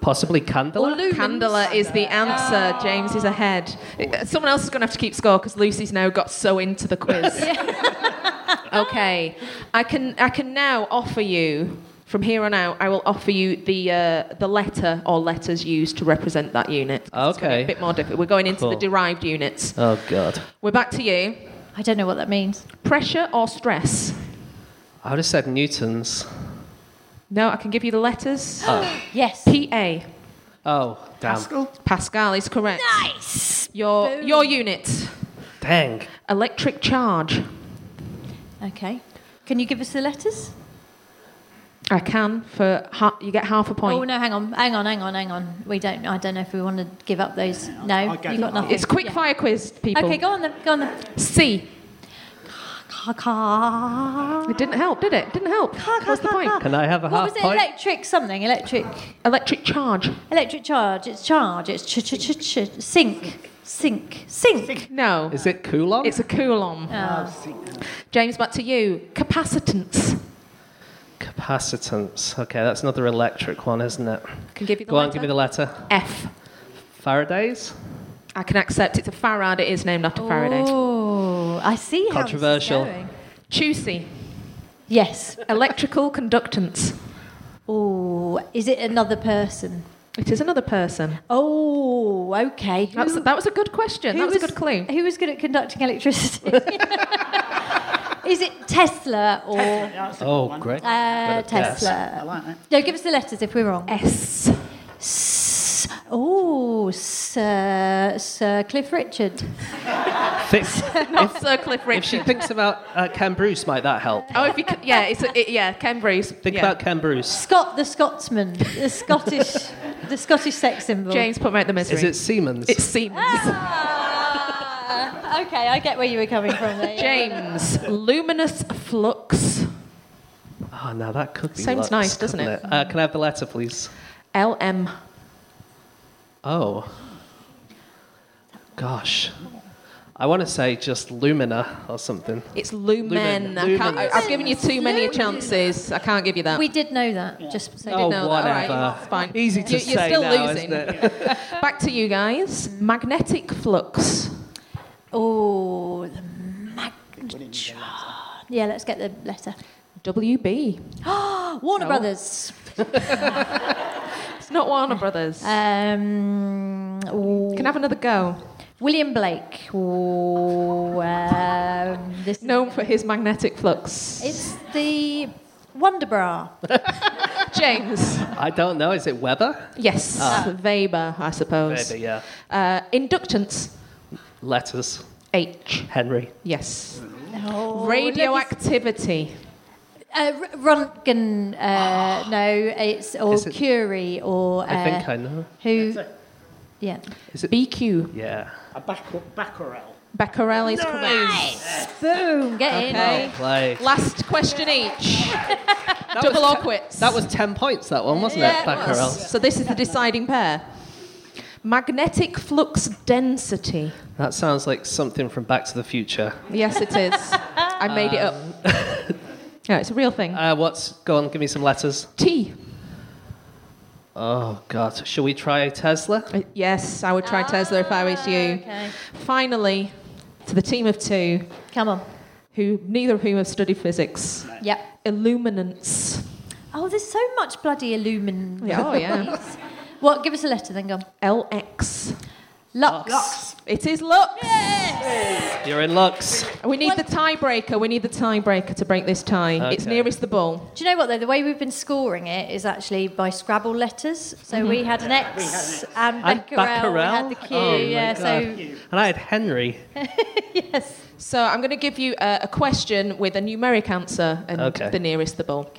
Speaker 5: Possibly candela.
Speaker 4: Candela is the answer. James is ahead. Uh, Someone else is going to have to keep score because Lucy's now got so into the quiz. okay, I can I can now offer you from here on out. I will offer you the uh, the letter or letters used to represent that unit. It's gonna be
Speaker 5: Okay.
Speaker 4: a bit more difficult. We're going into
Speaker 5: Cool.
Speaker 4: the derived units.
Speaker 5: Oh god.
Speaker 4: We're back to you.
Speaker 1: I don't know what that means.
Speaker 4: Pressure or stress?
Speaker 5: I would have said newtons.
Speaker 4: No, I can give you the letters.
Speaker 1: Yes.
Speaker 4: PA.
Speaker 5: Oh damn.
Speaker 6: Pascal.
Speaker 4: Pascal is correct.
Speaker 1: Nice.
Speaker 4: Your
Speaker 1: Boom.
Speaker 4: your unit.
Speaker 5: Dang.
Speaker 4: Electric charge.
Speaker 1: Okay. Can you give us the letters?
Speaker 4: I can for ha- you get half a
Speaker 1: Oh
Speaker 4: point.
Speaker 1: no, hang on, hang on, hang on, hang on. We don't. I don't know if we want to give up those. No,
Speaker 6: I'll go.
Speaker 1: you got nothing.
Speaker 4: It's quick
Speaker 1: Yeah.
Speaker 4: fire quiz, people.
Speaker 1: Okay, go on then. Go on then.
Speaker 4: C.
Speaker 1: Ca- ca-
Speaker 4: It didn't help, did it? Didn't help.
Speaker 1: ca-
Speaker 4: What's the
Speaker 1: ca-
Speaker 4: point?
Speaker 1: ca.
Speaker 5: Can I have a
Speaker 1: What
Speaker 5: half
Speaker 1: was it?
Speaker 5: point?
Speaker 1: Electric something. Electric.
Speaker 4: Electric charge.
Speaker 1: Electric charge. It's charge. It's ch ch ch ch. Sink. Sink. Sink.
Speaker 4: No.
Speaker 5: Is it Coulomb?
Speaker 4: It's a coulomb.
Speaker 1: Oh.
Speaker 4: James, back to you. Capacitance.
Speaker 5: Capacitance. Okay, that's another electric one, isn't it?
Speaker 4: Can give you the
Speaker 5: Go on,
Speaker 4: letter.
Speaker 5: give me the letter.
Speaker 4: F.
Speaker 5: Faraday's?
Speaker 4: I can accept it's a farad. It is named after Faraday.
Speaker 1: Oh, I see. how this is
Speaker 5: Controversial.
Speaker 1: going.
Speaker 4: Chusey.
Speaker 1: Yes.
Speaker 4: Electrical conductance.
Speaker 1: Oh, is it another person?
Speaker 4: It is another person.
Speaker 1: Oh, okay. Who-
Speaker 4: That's, that was a good question.
Speaker 1: who
Speaker 4: That was a good clue.
Speaker 1: Who was good at conducting electricity? is it Tesla or
Speaker 6: Yeah, that's a good
Speaker 5: Oh,
Speaker 6: one.
Speaker 5: great.
Speaker 1: uh,
Speaker 5: Good guess.
Speaker 6: I
Speaker 1: Tesla?
Speaker 6: like that.
Speaker 1: No, give us the letters if we're wrong.
Speaker 4: S.
Speaker 1: S- Oh, Sir, Sir Cliff Richard.
Speaker 5: Fix-
Speaker 4: Not Sir Cliff
Speaker 5: if she
Speaker 4: Richard.
Speaker 5: thinks about uh, Ken Bruce, might that help?
Speaker 4: Oh, if you c yeah, it's a, it, yeah, Ken Bruce.
Speaker 5: Think
Speaker 4: yeah.
Speaker 5: about Ken Bruce.
Speaker 1: Scott the Scotsman, the Scottish, the Scottish sex symbol.
Speaker 4: James put me out the misery.
Speaker 5: Is it Siemens?
Speaker 4: It seems.
Speaker 1: Ah, okay, I get where you were coming from there. yeah.
Speaker 4: James, luminous flux.
Speaker 5: oh, no, that could be.
Speaker 4: Sounds
Speaker 5: Lux,
Speaker 4: nice, doesn't
Speaker 5: couldn't
Speaker 4: it?
Speaker 5: Uh, can I have the letter, please?
Speaker 4: LM.
Speaker 5: Oh. Gosh. I want to say just Lumina or something.
Speaker 4: It's lumen.
Speaker 5: Lumen.
Speaker 4: I can't, I,
Speaker 5: Luminous.
Speaker 4: have given you too many chances. I can't give you that.
Speaker 1: We did know that. Just so
Speaker 4: did
Speaker 5: oh,
Speaker 4: know that. All
Speaker 5: whatever.
Speaker 4: right, it's fine.
Speaker 5: Easy to
Speaker 4: You- you're
Speaker 5: say
Speaker 4: still
Speaker 5: now,
Speaker 4: losing.
Speaker 5: isn't it?
Speaker 4: Back to you guys. Magnetic flux.
Speaker 1: Oh, the magnetron. Yeah, let's get the letter.
Speaker 4: WB.
Speaker 1: Warner Brothers.
Speaker 4: It's not Warner Brothers.
Speaker 1: Uh, Um, ooh,
Speaker 4: Can I have another go?
Speaker 1: William Blake. Ooh, um, this
Speaker 4: Known for his magnetic flux.
Speaker 1: It's the Wonderbra.
Speaker 4: James.
Speaker 5: I don't know. Is it Weber?
Speaker 4: Yes. Weber, I suppose.
Speaker 5: Maybe, yeah.
Speaker 4: Uh, inductance.
Speaker 5: Letters.
Speaker 4: H.
Speaker 5: Henry.
Speaker 4: Yes.
Speaker 1: Oh,
Speaker 4: Radioactivity.
Speaker 1: Uh, R- Röntgen. Uh, no, it's or
Speaker 5: Is it-
Speaker 1: Curie or uh,
Speaker 5: I think I know.
Speaker 1: who.
Speaker 6: That's it.
Speaker 1: Yeah.
Speaker 4: BQ.
Speaker 5: Yeah.
Speaker 6: A bacquer- Bacquerel.
Speaker 4: Becquerel is correct.
Speaker 1: Boom. Get in.
Speaker 5: Well played.
Speaker 4: Last question each.
Speaker 5: That
Speaker 4: Double
Speaker 5: was
Speaker 4: or
Speaker 5: te-
Speaker 4: quits.
Speaker 5: That was 10 points, that one, wasn't
Speaker 1: Yeah,
Speaker 5: it?
Speaker 1: it
Speaker 5: Baccarel.
Speaker 4: So this is the deciding pair. Magnetic flux density.
Speaker 5: That sounds like something from Back to the Future.
Speaker 4: Yes, it is. I made it up. No, it's a real thing.
Speaker 5: Uh, what's. Go on, give me some letters.
Speaker 4: T.
Speaker 5: Oh, God. Shall we try Tesla?
Speaker 4: Uh, Yes, I would try Tesla if I was you.
Speaker 1: Okay.
Speaker 4: Finally, to the team of two,
Speaker 1: Come on.
Speaker 4: who neither of whom have studied physics.
Speaker 1: Yep.
Speaker 4: Illuminance.
Speaker 1: Oh, there's so much bloody illumin.
Speaker 4: Yeah, oh, yeah.
Speaker 1: What? Give us a letter then, go on.
Speaker 4: LX.
Speaker 1: Lux.
Speaker 6: Lux.
Speaker 4: It is luck.
Speaker 5: You're in Lux.
Speaker 4: We need the tiebreaker. We need the tiebreaker to break this tie. It's
Speaker 5: Okay.
Speaker 4: nearest the ball.
Speaker 1: Do you know what though? The way we've been scoring it is actually by Scrabble letters. So we had an X and
Speaker 5: And
Speaker 1: Becquerel. We had the
Speaker 5: Becquerel?
Speaker 1: Q.
Speaker 5: Oh, my
Speaker 1: yeah.
Speaker 5: God.
Speaker 1: So
Speaker 5: And I had Henry.
Speaker 1: yes.
Speaker 4: So I'm going to give you a, a question with a numeric answer and
Speaker 5: Okay.
Speaker 4: the nearest the ball.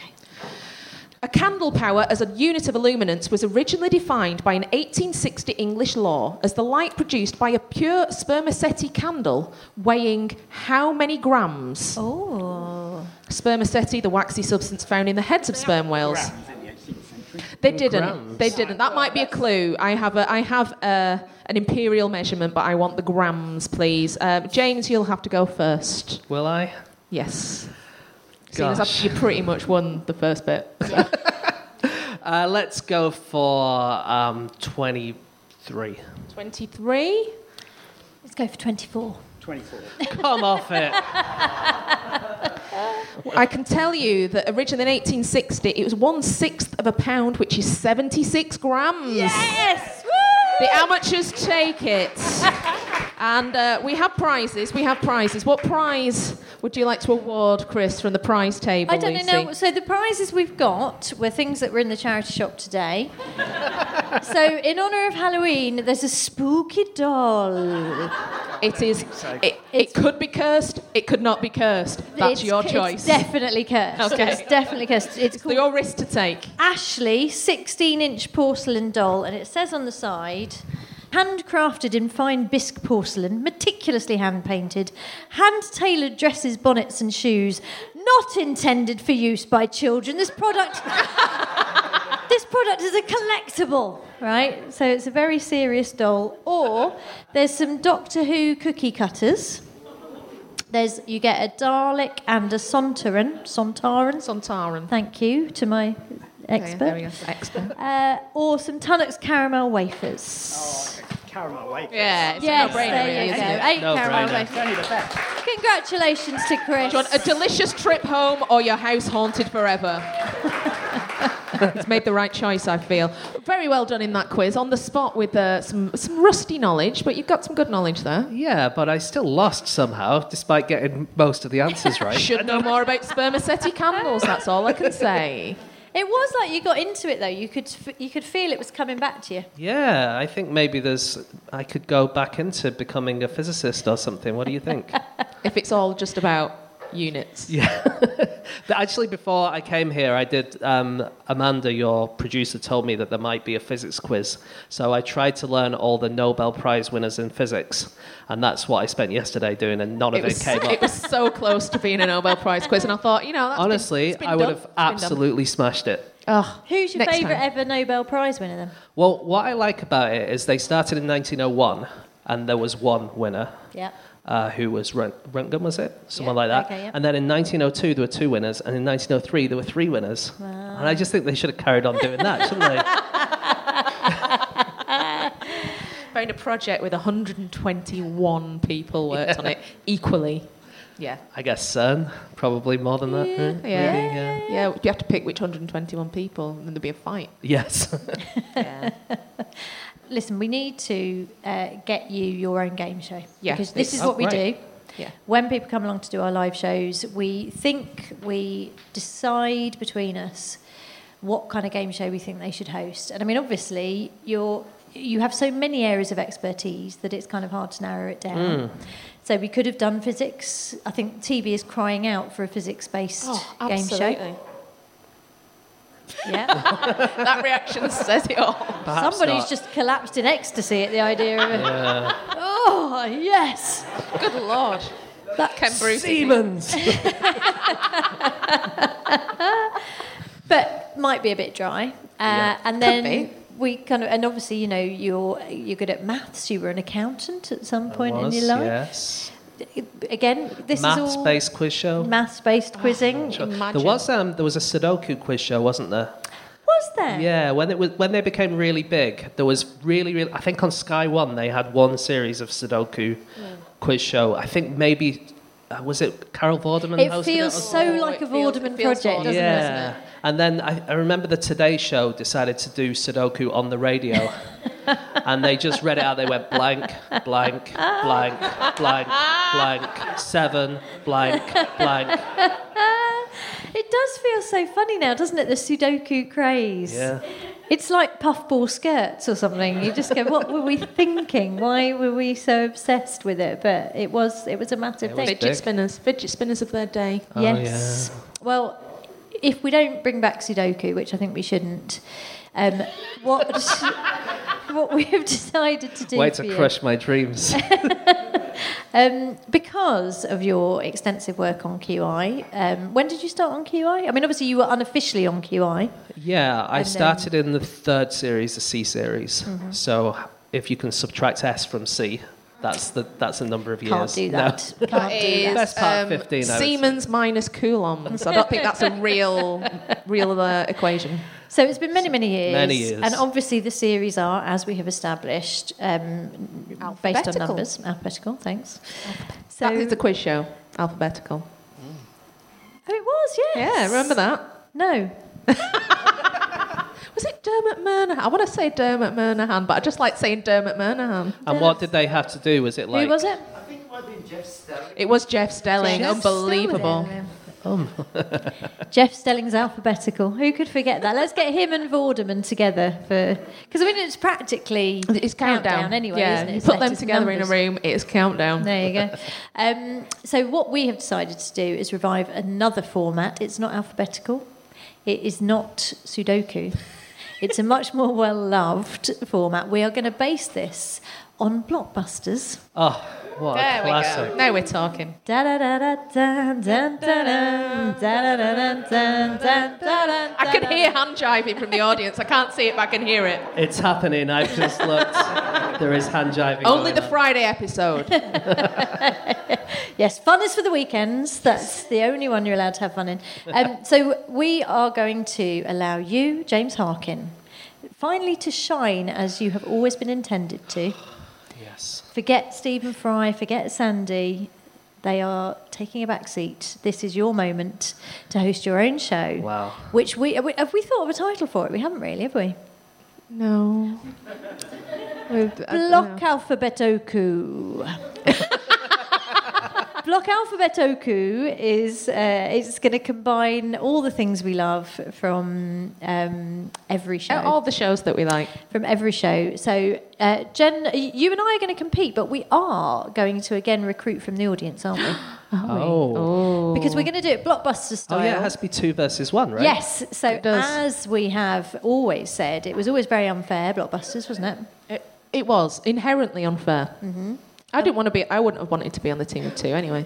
Speaker 4: A candle power as a unit of illuminance was originally defined by an 1860 English law as the light produced by a pure spermaceti candle weighing how many grams?
Speaker 1: Oh.
Speaker 4: Spermaceti, the waxy substance found in the heads of sperm whales.
Speaker 6: Grams in the 18th century.
Speaker 4: They didn't.
Speaker 5: grams.
Speaker 4: They didn't. That might be a clue. I have a, I have a, an imperial measurement, but I want the grams, please. Uh, James, you'll have to go first.
Speaker 5: Will I?
Speaker 4: Yes. Seeing as
Speaker 5: Gosh.
Speaker 4: I've- you pretty much won the first bit.
Speaker 5: Uh, let's go for um, 23.
Speaker 4: 23.
Speaker 1: Let's go for 24.
Speaker 6: 24.
Speaker 5: Come off it.
Speaker 4: I can tell you that originally in 1860, it was one sixth of a pound, which is 76 grams.
Speaker 1: Yes.
Speaker 4: The amateurs take it. And uh, we have prizes. We have prizes. What prize would you like to award, Chris, from the prize table?
Speaker 1: I don't
Speaker 4: Lucy?
Speaker 1: know. So the prizes we've got were things that were in the charity shop today. so in honour of Halloween, there's a spooky doll.
Speaker 4: It is. It, it could be cursed. It could not be cursed. That's
Speaker 1: It's-
Speaker 4: your
Speaker 1: it's
Speaker 4: choice.
Speaker 1: definitely cursed.
Speaker 4: Okay.
Speaker 1: It's definitely cursed. It's
Speaker 4: So
Speaker 1: called
Speaker 4: your risk to take.
Speaker 1: Ashley 16 inch porcelain doll, and it says on the side. Handcrafted in fine bisque porcelain, meticulously hand painted, hand tailored dresses, bonnets, and shoes, not intended for use by children. This product, this product is a collectible, right? So it's a very serious doll. Or there's some Doctor Who cookie cutters. There's you get a Dalek and a Sontaran, Sontaran,
Speaker 4: Sontaran.
Speaker 1: Thank you to my
Speaker 4: There we
Speaker 1: expert.
Speaker 4: go. Expert.
Speaker 1: Uh, or some Tunnocks caramel wafers.
Speaker 6: Caramel wafer.
Speaker 4: Yeah. Oh, It's
Speaker 1: yes,
Speaker 4: a no-brainer,
Speaker 1: there you
Speaker 4: really,
Speaker 1: go.
Speaker 4: isn't it?
Speaker 1: Eight
Speaker 5: No
Speaker 1: caramel
Speaker 5: brainer.
Speaker 6: It's
Speaker 1: wafers.
Speaker 6: only the best.
Speaker 1: Congratulations to Chris.
Speaker 4: Do you want a delicious trip home or your house haunted forever? it's made the right choice, I feel. Very well done in that quiz. On the spot with uh, some, some rusty knowledge, but you've got some good knowledge there.
Speaker 5: Yeah, but I still lost somehow, despite getting most of the answers right.
Speaker 4: Should know more about spermaceti candles, that's all I can say.
Speaker 1: it was like you got into it though. You could f- you could feel it was coming back to you.
Speaker 5: Yeah, I think maybe there's. I could go back into becoming a physicist or something. What do you think?
Speaker 4: If it's all just about units.
Speaker 5: yeah. But Actually, before I came here, I did. Um, Amanda, your producer, told me that there might be a physics quiz. So I tried to learn all the Nobel Prize winners in physics. And that's what I spent yesterday doing, and none of
Speaker 4: It
Speaker 5: it,
Speaker 4: was,
Speaker 5: came
Speaker 4: it
Speaker 5: up.
Speaker 4: was so close to being a Nobel Prize quiz, and I thought, you know, that's been-
Speaker 5: Honestly,
Speaker 4: it's been
Speaker 5: I would
Speaker 4: done.
Speaker 5: have
Speaker 4: It's been done.
Speaker 5: absolutely smashed it.
Speaker 4: Oh,
Speaker 1: Who's your
Speaker 4: next
Speaker 1: favourite
Speaker 4: time.
Speaker 1: ever Nobel Prize winner then?
Speaker 5: Well, what I like about it is they started in 1901, and there was one winner.
Speaker 1: Yeah.
Speaker 5: uh, who was Rent- Rentgen, was it? Someone
Speaker 1: Yeah,
Speaker 5: like that.
Speaker 1: okay, yeah.
Speaker 5: And then in 1902, there were two winners, and in 1903, there were three winners. And I just think they should have carried on doing that, shouldn't they?
Speaker 4: found a project with 121 people worked on it equally. Yeah.
Speaker 5: I guess CERN, probably more than that.
Speaker 4: Yeah,
Speaker 5: huh?
Speaker 4: yeah.
Speaker 5: Maybe, yeah.
Speaker 4: Yeah, you have to pick which 121 people, and then there'd be a fight.
Speaker 5: Yes.
Speaker 4: Yeah.
Speaker 1: Listen, we need to uh, get you your own game show.
Speaker 4: Yeah.
Speaker 1: Because this is
Speaker 5: Oh,
Speaker 1: what we
Speaker 5: right.
Speaker 1: do.
Speaker 4: yeah.
Speaker 1: When people come along to do our live shows, we think, we decide between us what kind of game show we think they should host. And I mean, obviously, you're, you have so many areas of expertise that it's kind of hard to narrow it
Speaker 4: Mm.
Speaker 1: down. So we could have done physics. I think TB is crying out for a physics based
Speaker 4: Oh,
Speaker 1: game show. Yeah.
Speaker 4: that reaction says it all.
Speaker 5: Perhaps
Speaker 1: Somebody's
Speaker 5: not.
Speaker 1: just collapsed in ecstasy at the idea of it.
Speaker 5: Yeah.
Speaker 1: Oh, yes.
Speaker 4: Good lord.
Speaker 1: That
Speaker 4: Ken Bruce.
Speaker 5: Siemens.
Speaker 1: but might be a bit dry. Uh,
Speaker 5: Yeah.
Speaker 1: And then we kind of, and obviously, you know, you're you're good at maths. You were an accountant at some point
Speaker 5: Was,
Speaker 1: in your life.
Speaker 5: Yes.
Speaker 1: Again, this is all
Speaker 5: Maths-based quiz show.
Speaker 1: maths-based quizzing.
Speaker 5: Sure. There
Speaker 4: Ah, Imagine.
Speaker 5: was um, there was a Sudoku quiz show, wasn't there?
Speaker 1: Was there?
Speaker 5: Yeah, when it was when they became really big, there was really, really. I think on Sky One they had one series of Sudoku quiz show. I think maybe uh, was it Carol Vorderman? hosted
Speaker 1: It feels
Speaker 5: or
Speaker 1: so
Speaker 4: Oh,
Speaker 1: like
Speaker 4: it
Speaker 1: a
Speaker 4: feels- it
Speaker 1: Vorderman
Speaker 4: feels
Speaker 1: project, doesn't
Speaker 4: Vorderman.
Speaker 1: it?
Speaker 5: yeah. And then I, I remember the Today Show decided to do Sudoku on the radio. and they just read it out. They went blank, blank, blank, blank, blank, seven, blank, blank.
Speaker 1: It does feel so funny now, doesn't it? The Sudoku craze.
Speaker 5: Yeah.
Speaker 1: It's like puffball skirts or something. You just go, what were we thinking? Why were we so obsessed with it? But it was it was a massive
Speaker 5: It was
Speaker 1: thing.
Speaker 5: big.
Speaker 4: Fidget spinners. Fidget spinners of their day.
Speaker 5: Oh,
Speaker 1: yes. Well, if we don't bring back Sudoku, which I think we shouldn't, um, what what we have decided to do
Speaker 5: Way
Speaker 1: for you-
Speaker 5: to crush my dreams.
Speaker 1: um, because of your extensive work on QI. Um, when did you start on QI? I mean, obviously you were unofficially on QI.
Speaker 5: Yeah, I
Speaker 1: And then- Mm-hmm.
Speaker 5: started in the third series, the C series. So if you can subtract S from C, that's the that's a number of years.
Speaker 1: Can't do
Speaker 5: No.
Speaker 1: that. Can't do that.
Speaker 5: Best part 15, I would say.
Speaker 4: um, Siemens minus coulombs. I don't think that's a real, real uh, equation.
Speaker 1: So it's been many, many years.
Speaker 5: Many years.
Speaker 1: And obviously, the series are, as we have established, um, based on
Speaker 4: Alphabetical.
Speaker 1: numbers. Alphabetical, thanks. So,
Speaker 4: that is a quiz show. Alphabetical.
Speaker 1: oh, it was, yes.
Speaker 4: Yeah, remember that?
Speaker 1: No.
Speaker 4: Was it Dermot Murnahan? I want to say Dermot Murnahan, but I just like saying Dermot Murnahan.
Speaker 5: And what did they have to do? Was it like
Speaker 1: Who was it?
Speaker 7: I think it might have been Jeff Stelling.
Speaker 4: It was Jeff Stelling.
Speaker 1: Jeff
Speaker 4: Unbelievable.
Speaker 1: Stelling.
Speaker 5: Um.
Speaker 1: Jeff Stelling's alphabetical. Who could forget that? Let's get him and Vorderman together for because I mean it's practically
Speaker 4: It's countdown.
Speaker 1: anyway.
Speaker 4: Yeah,
Speaker 1: isn't it?
Speaker 4: you
Speaker 1: It's
Speaker 4: put them
Speaker 1: letters and
Speaker 4: together
Speaker 1: numbers.
Speaker 4: in a room. It's countdown.
Speaker 1: There you go. Um, so what we have decided to do is revive another format. It's not alphabetical. It is not Sudoku. It's a much more well-loved format. We are going to base this on blockbusters.
Speaker 5: Oh, what a classic.
Speaker 4: Now we're talking.
Speaker 1: Da da da da da da da da da da da da da.
Speaker 4: I can hear hand jiving from the audience. I can't see it, but I can hear it.
Speaker 5: It's happening. I've just looked. there is hand jiving.
Speaker 4: Only
Speaker 5: going
Speaker 4: the
Speaker 5: on.
Speaker 4: Friday episode.
Speaker 1: Yes, fun is for the weekends. That's the only one you're allowed to have fun in. Um, so we are going to allow you, James Harkin, finally to shine as you have always been intended to.
Speaker 5: Yes.
Speaker 1: Forget Stephen Fry, forget Sandy. They are taking a back seat. This is your moment to host your own show.
Speaker 5: Wow.
Speaker 1: Which we have we- have we thought of a title for it? We haven't really, have we?
Speaker 4: no. With- uh, I don't
Speaker 1: Block
Speaker 4: know.
Speaker 1: Alphabet Oku. Block Alphabet Oku is uh, it's going to combine all the things we love from um, every show.
Speaker 4: Uh, All the shows that we like.
Speaker 1: From every show. So, uh, Jen, y- you and I are going to compete, but we are going to again recruit from the audience, aren't we?
Speaker 5: Oh.
Speaker 1: Because we're going to do it blockbuster style.
Speaker 5: Oh yeah, it has to be two versus one, right?
Speaker 1: Yes. So,
Speaker 4: It does.
Speaker 1: as we have always said, it was always very unfair, blockbusters, wasn't it?
Speaker 4: It, it was inherently unfair. Mm-hmm. I didn't want to be. I wouldn't have wanted to be on the team of two anyway.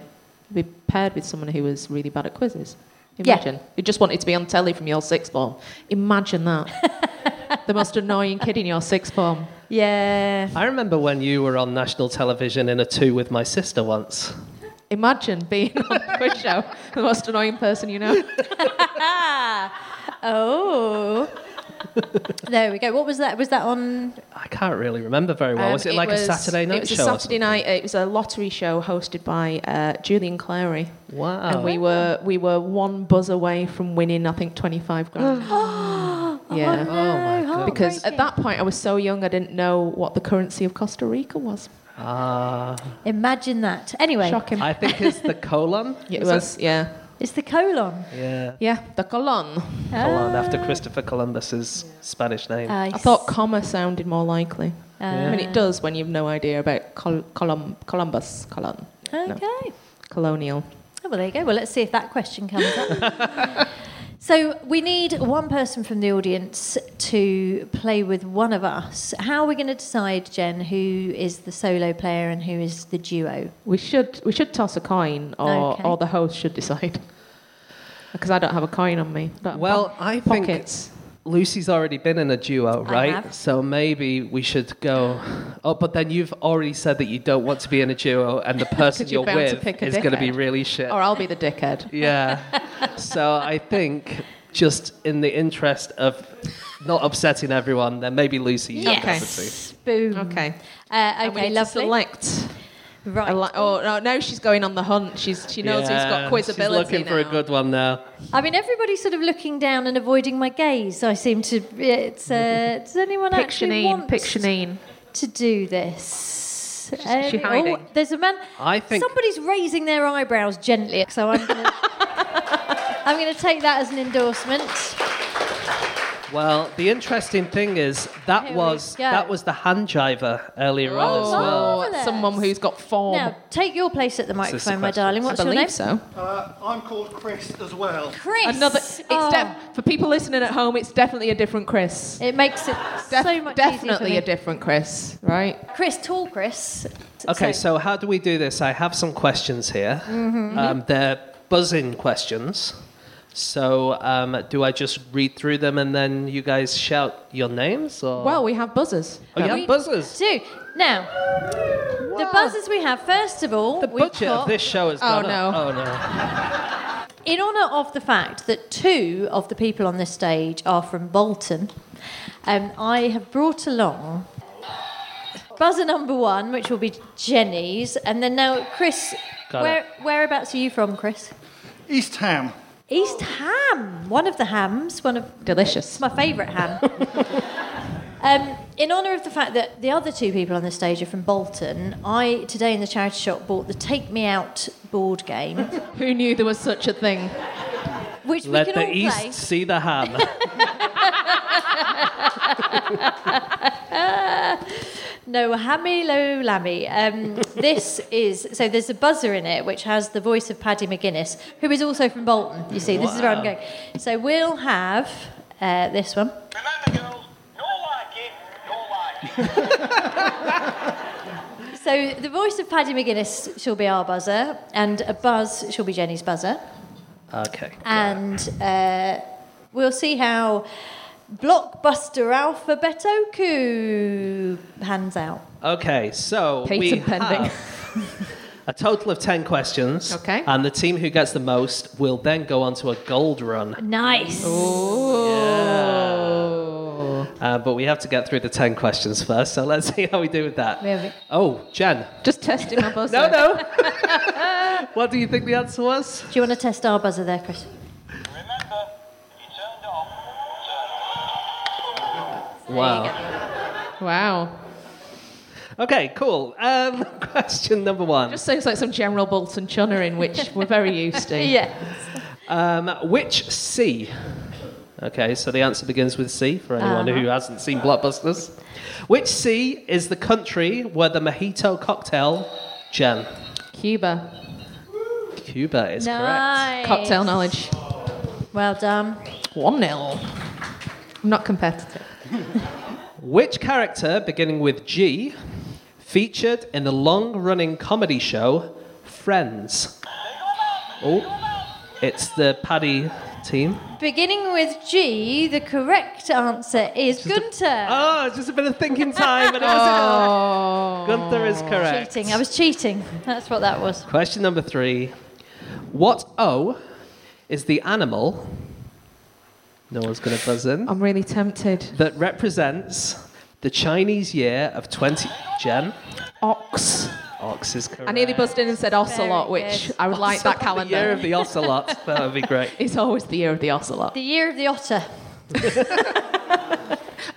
Speaker 4: Be paired with someone who was really bad at quizzes.
Speaker 1: Yeah.
Speaker 4: Imagine who just wanted to be on telly from your sixth form. Imagine that. the most annoying kid in your sixth form.
Speaker 1: Yeah.
Speaker 5: I remember when you were on national television in a two with my sister once.
Speaker 4: Imagine being on the quiz show. The most annoying person you know.
Speaker 1: oh. There we go. What was that? Was that on?
Speaker 5: I can't really remember very well.
Speaker 4: Um,
Speaker 5: was it like
Speaker 4: was-
Speaker 5: a Saturday night
Speaker 4: It was
Speaker 5: show?
Speaker 4: a
Speaker 5: or
Speaker 4: Saturday night. It was a lottery show hosted by uh, Julian Clary,
Speaker 5: something? Wow.
Speaker 4: and we were we were one buzz away from winning. I think twenty five grand. yeah.
Speaker 5: oh my god.
Speaker 4: Because at that point I was so young I didn't know what the currency of Costa Rica was.
Speaker 5: Ah,
Speaker 1: Imagine that. Anyway,
Speaker 4: Shocking.
Speaker 5: I think it's the colon.
Speaker 4: it
Speaker 5: Is
Speaker 4: was, yeah.
Speaker 1: it's the colon. Ah.
Speaker 5: Yeah.
Speaker 4: Yeah, the colon.
Speaker 5: Colon after Christopher Columbus's Spanish name.
Speaker 4: I thought comma sounded more likely. I mean,
Speaker 1: Uh,
Speaker 4: it does when you've no idea about col- colum- Columbus, colon,
Speaker 1: Okay.
Speaker 4: No. colonial.
Speaker 1: Oh, well, there you go. Well, let's see if that question comes up. so we need one person from the audience to play with one of us. How are we going to decide, Jen, who is the solo player and who is the duo?
Speaker 4: We should we should toss a coin, or
Speaker 1: Okay.
Speaker 4: or the host should decide. Because I don't have a coin on me. I don't have
Speaker 5: Well,
Speaker 4: po-
Speaker 5: I think
Speaker 4: pockets.
Speaker 5: Lucy's already been in a duo,
Speaker 1: I
Speaker 5: right?
Speaker 1: have.
Speaker 5: So maybe we should go. Oh, but then you've already said that you don't want to be in a duo, and the person
Speaker 4: 'Cause you're
Speaker 5: you're
Speaker 4: bound to
Speaker 5: with
Speaker 4: pick a
Speaker 5: is going to be
Speaker 4: dickhead.
Speaker 5: really shit.
Speaker 4: Or I'll be the dickhead.
Speaker 5: Yeah. so I think just in the interest of not upsetting everyone, then maybe Lucy. you
Speaker 4: Yes.
Speaker 5: have
Speaker 4: Okay.
Speaker 5: to see.
Speaker 1: Boom.
Speaker 4: Okay.
Speaker 1: Uh,
Speaker 4: And we
Speaker 1: okay,
Speaker 4: need to
Speaker 1: lovely.
Speaker 4: select.
Speaker 1: right.
Speaker 4: a li- oh no, now she's going on the hunt. She's she knows who's
Speaker 5: Yeah,
Speaker 4: got quiz
Speaker 5: she's
Speaker 4: ability
Speaker 5: looking
Speaker 4: now.
Speaker 5: for a good one now.
Speaker 1: I mean, everybody's sort of looking down and avoiding my gaze. I seem to. It's, uh, does anyone actually want to do this?
Speaker 4: She's- she
Speaker 1: Um,
Speaker 4: hiding.
Speaker 1: Oh, there's a man.
Speaker 5: I think.
Speaker 1: Somebody's raising their eyebrows gently, so I'm. Gonna, I'm going to take that as an endorsement.
Speaker 5: Well, the interesting thing is that
Speaker 1: Here we
Speaker 5: was
Speaker 1: go.
Speaker 5: that was the hand jiver earlier on as well.
Speaker 4: Oh,
Speaker 1: Marvellous.
Speaker 4: someone who's got form.
Speaker 1: Now, take your place at the
Speaker 5: is the
Speaker 1: microphone, my
Speaker 5: question.
Speaker 1: darling. What's
Speaker 4: Oh. I
Speaker 1: your
Speaker 4: believe
Speaker 1: name?
Speaker 4: so.
Speaker 7: Uh, I'm called Chris as well.
Speaker 1: Chris.
Speaker 4: Another. It's
Speaker 1: Oh,
Speaker 4: def- for people listening at home. It's definitely a different Chris.
Speaker 1: it makes it
Speaker 4: Def-
Speaker 1: so much easier for
Speaker 4: definitely
Speaker 1: me.
Speaker 4: a different Chris, right?
Speaker 1: Chris, tall Chris.
Speaker 5: Okay, so how do we do this? I have some questions here.
Speaker 1: Mm-hmm.
Speaker 5: Um, they're buzzing questions. So um, do I just read through them and then you guys shout your names? Or?
Speaker 4: Well, we have buzzers.
Speaker 5: oh, you
Speaker 1: we-
Speaker 5: have buzzers.
Speaker 1: do now. The buzzers we have. First of all,
Speaker 5: The
Speaker 1: we've
Speaker 5: budget
Speaker 1: got,
Speaker 5: of this show has
Speaker 4: Oh,
Speaker 5: gone
Speaker 4: no.
Speaker 5: up. Oh no!
Speaker 1: in honour of the fact that two of the people on this stage are from Bolton, um, I have brought along buzzer number one, which will be Jenny's, and then now Chris.
Speaker 5: Got
Speaker 1: where,
Speaker 5: it.
Speaker 1: Whereabouts are you from, Chris?
Speaker 7: East Ham.
Speaker 1: East Ham, one of the hams, one of
Speaker 4: Delicious.
Speaker 1: it's my favourite ham. um, in honour of the fact that the other two people on the stage are from Bolton, I today in the charity shop bought the Take Me Out board game,
Speaker 4: Who knew there was such a thing?
Speaker 1: which we
Speaker 5: Let
Speaker 1: can
Speaker 5: the
Speaker 1: all
Speaker 5: East
Speaker 1: play.
Speaker 5: see the ham.
Speaker 1: No, hammy, low, lammy. Um, this is so. There's a buzzer in it which has the voice of Paddy McGuinness, who is also from Bolton. You see, this is where I'm going. So we'll have uh, this one.
Speaker 8: Remember, girls, no like it, no like it.
Speaker 1: So the voice of Paddy McGuinness shall be our buzzer, and a buzz shall be Jenny's buzzer,
Speaker 5: okay.
Speaker 1: and uh, we'll see how blockbuster alphabet oku hands out.
Speaker 5: Okay, so
Speaker 4: Patent
Speaker 5: we
Speaker 4: pending.
Speaker 5: have a total of ten questions.
Speaker 4: Okay.
Speaker 5: And the team who gets the most will then go on to a gold run.
Speaker 1: Nice.
Speaker 5: Uh, but we have to get through the ten questions first. So let's see how we do with that.
Speaker 1: We have it.
Speaker 5: Oh, Jen.
Speaker 4: Just testing my buzzer.
Speaker 5: No, no. what do you think the answer was?
Speaker 1: Do you want to test our buzzer there, Chris?
Speaker 8: Remember, you turned off, turned
Speaker 5: Wow.
Speaker 4: Wow.
Speaker 5: Okay, cool. Um, question number one.
Speaker 4: Just sounds like some General Bolton chunnering, which we're very used to.
Speaker 1: Yeah.
Speaker 5: Um, which C? Okay, so the answer begins with C for anyone who hasn't seen Blockbusters. Which C is the country where the mojito cocktail, Jen?
Speaker 4: Cuba.
Speaker 5: Cuba is
Speaker 1: Nice.
Speaker 4: Cocktail knowledge.
Speaker 1: Well done.
Speaker 4: 1 0. I'm not competitive.
Speaker 5: correct. Which character, beginning with G, featured in the long running comedy show Friends? Oh, it's the Paddy team.
Speaker 1: Beginning with G, the correct answer is Gunter.
Speaker 5: Oh, just a bit of thinking time. And I was Gunther is correct.
Speaker 1: cheating. I was cheating. That's what that was.
Speaker 5: Question number three. What O is the animal? No one's going to buzz in.
Speaker 4: I'm really tempted.
Speaker 5: That represents the Chinese year of 20. Jen?
Speaker 4: Ox.
Speaker 5: Ox is correct.
Speaker 4: I nearly buzzed in and said ocelot,
Speaker 1: Very
Speaker 4: which
Speaker 1: good.
Speaker 4: I would like that
Speaker 5: The year
Speaker 4: calendar.
Speaker 5: of the ocelot. That would be great.
Speaker 4: It's always the year of the ocelot.
Speaker 1: The year of the otter.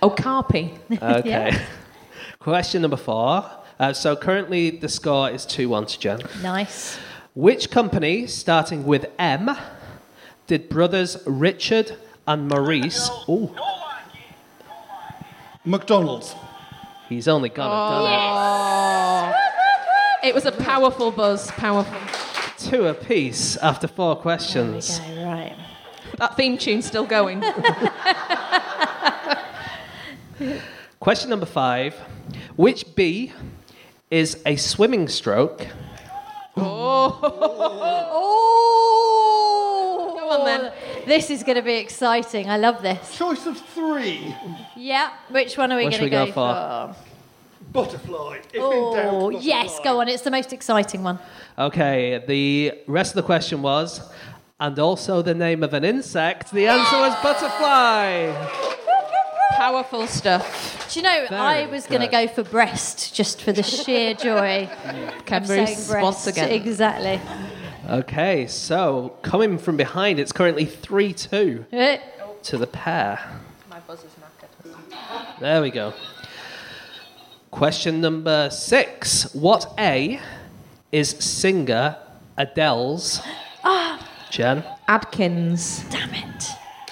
Speaker 4: Oh, carpy.
Speaker 5: Okay. Question number four. Uh, so currently the score is 2 1 to Jen.
Speaker 1: Nice.
Speaker 5: Which company, starting with M, did brothers Richard and Maurice. Oh,
Speaker 7: McDonald's.
Speaker 5: he's only gone and done
Speaker 4: It was a powerful buzz, powerful.
Speaker 5: it. Two apiece after four questions.
Speaker 1: Okay, right.
Speaker 4: That theme tune's still going.
Speaker 5: Question number five. Which B is a swimming stroke?
Speaker 1: Oh!
Speaker 4: Go on then.
Speaker 1: This is going to be exciting. I love this.
Speaker 7: Choice of three.
Speaker 1: Yeah. Which one are we
Speaker 5: What
Speaker 1: going
Speaker 5: should
Speaker 1: to
Speaker 5: we
Speaker 1: go,
Speaker 5: go
Speaker 1: for?
Speaker 5: for?
Speaker 7: Butterfly. If in doubt,
Speaker 1: Oh,
Speaker 7: butterfly.
Speaker 1: yes. Go on. It's the most exciting one.
Speaker 5: Okay, the rest of the question was, and also the name of an insect. The answer was butterfly.
Speaker 4: powerful stuff.
Speaker 1: Do you know,
Speaker 5: Very
Speaker 1: I was going to go
Speaker 5: good.
Speaker 1: for breast just for the sheer joy of
Speaker 4: Cadbury
Speaker 1: saying breast.
Speaker 4: once again.
Speaker 1: Exactly.
Speaker 5: Okay, so coming from behind, it's currently 3 2
Speaker 1: Eh,
Speaker 5: to the pair. There we go. Question number six What A is singer Adele's? Jen,
Speaker 4: Adkins.
Speaker 1: Damn it.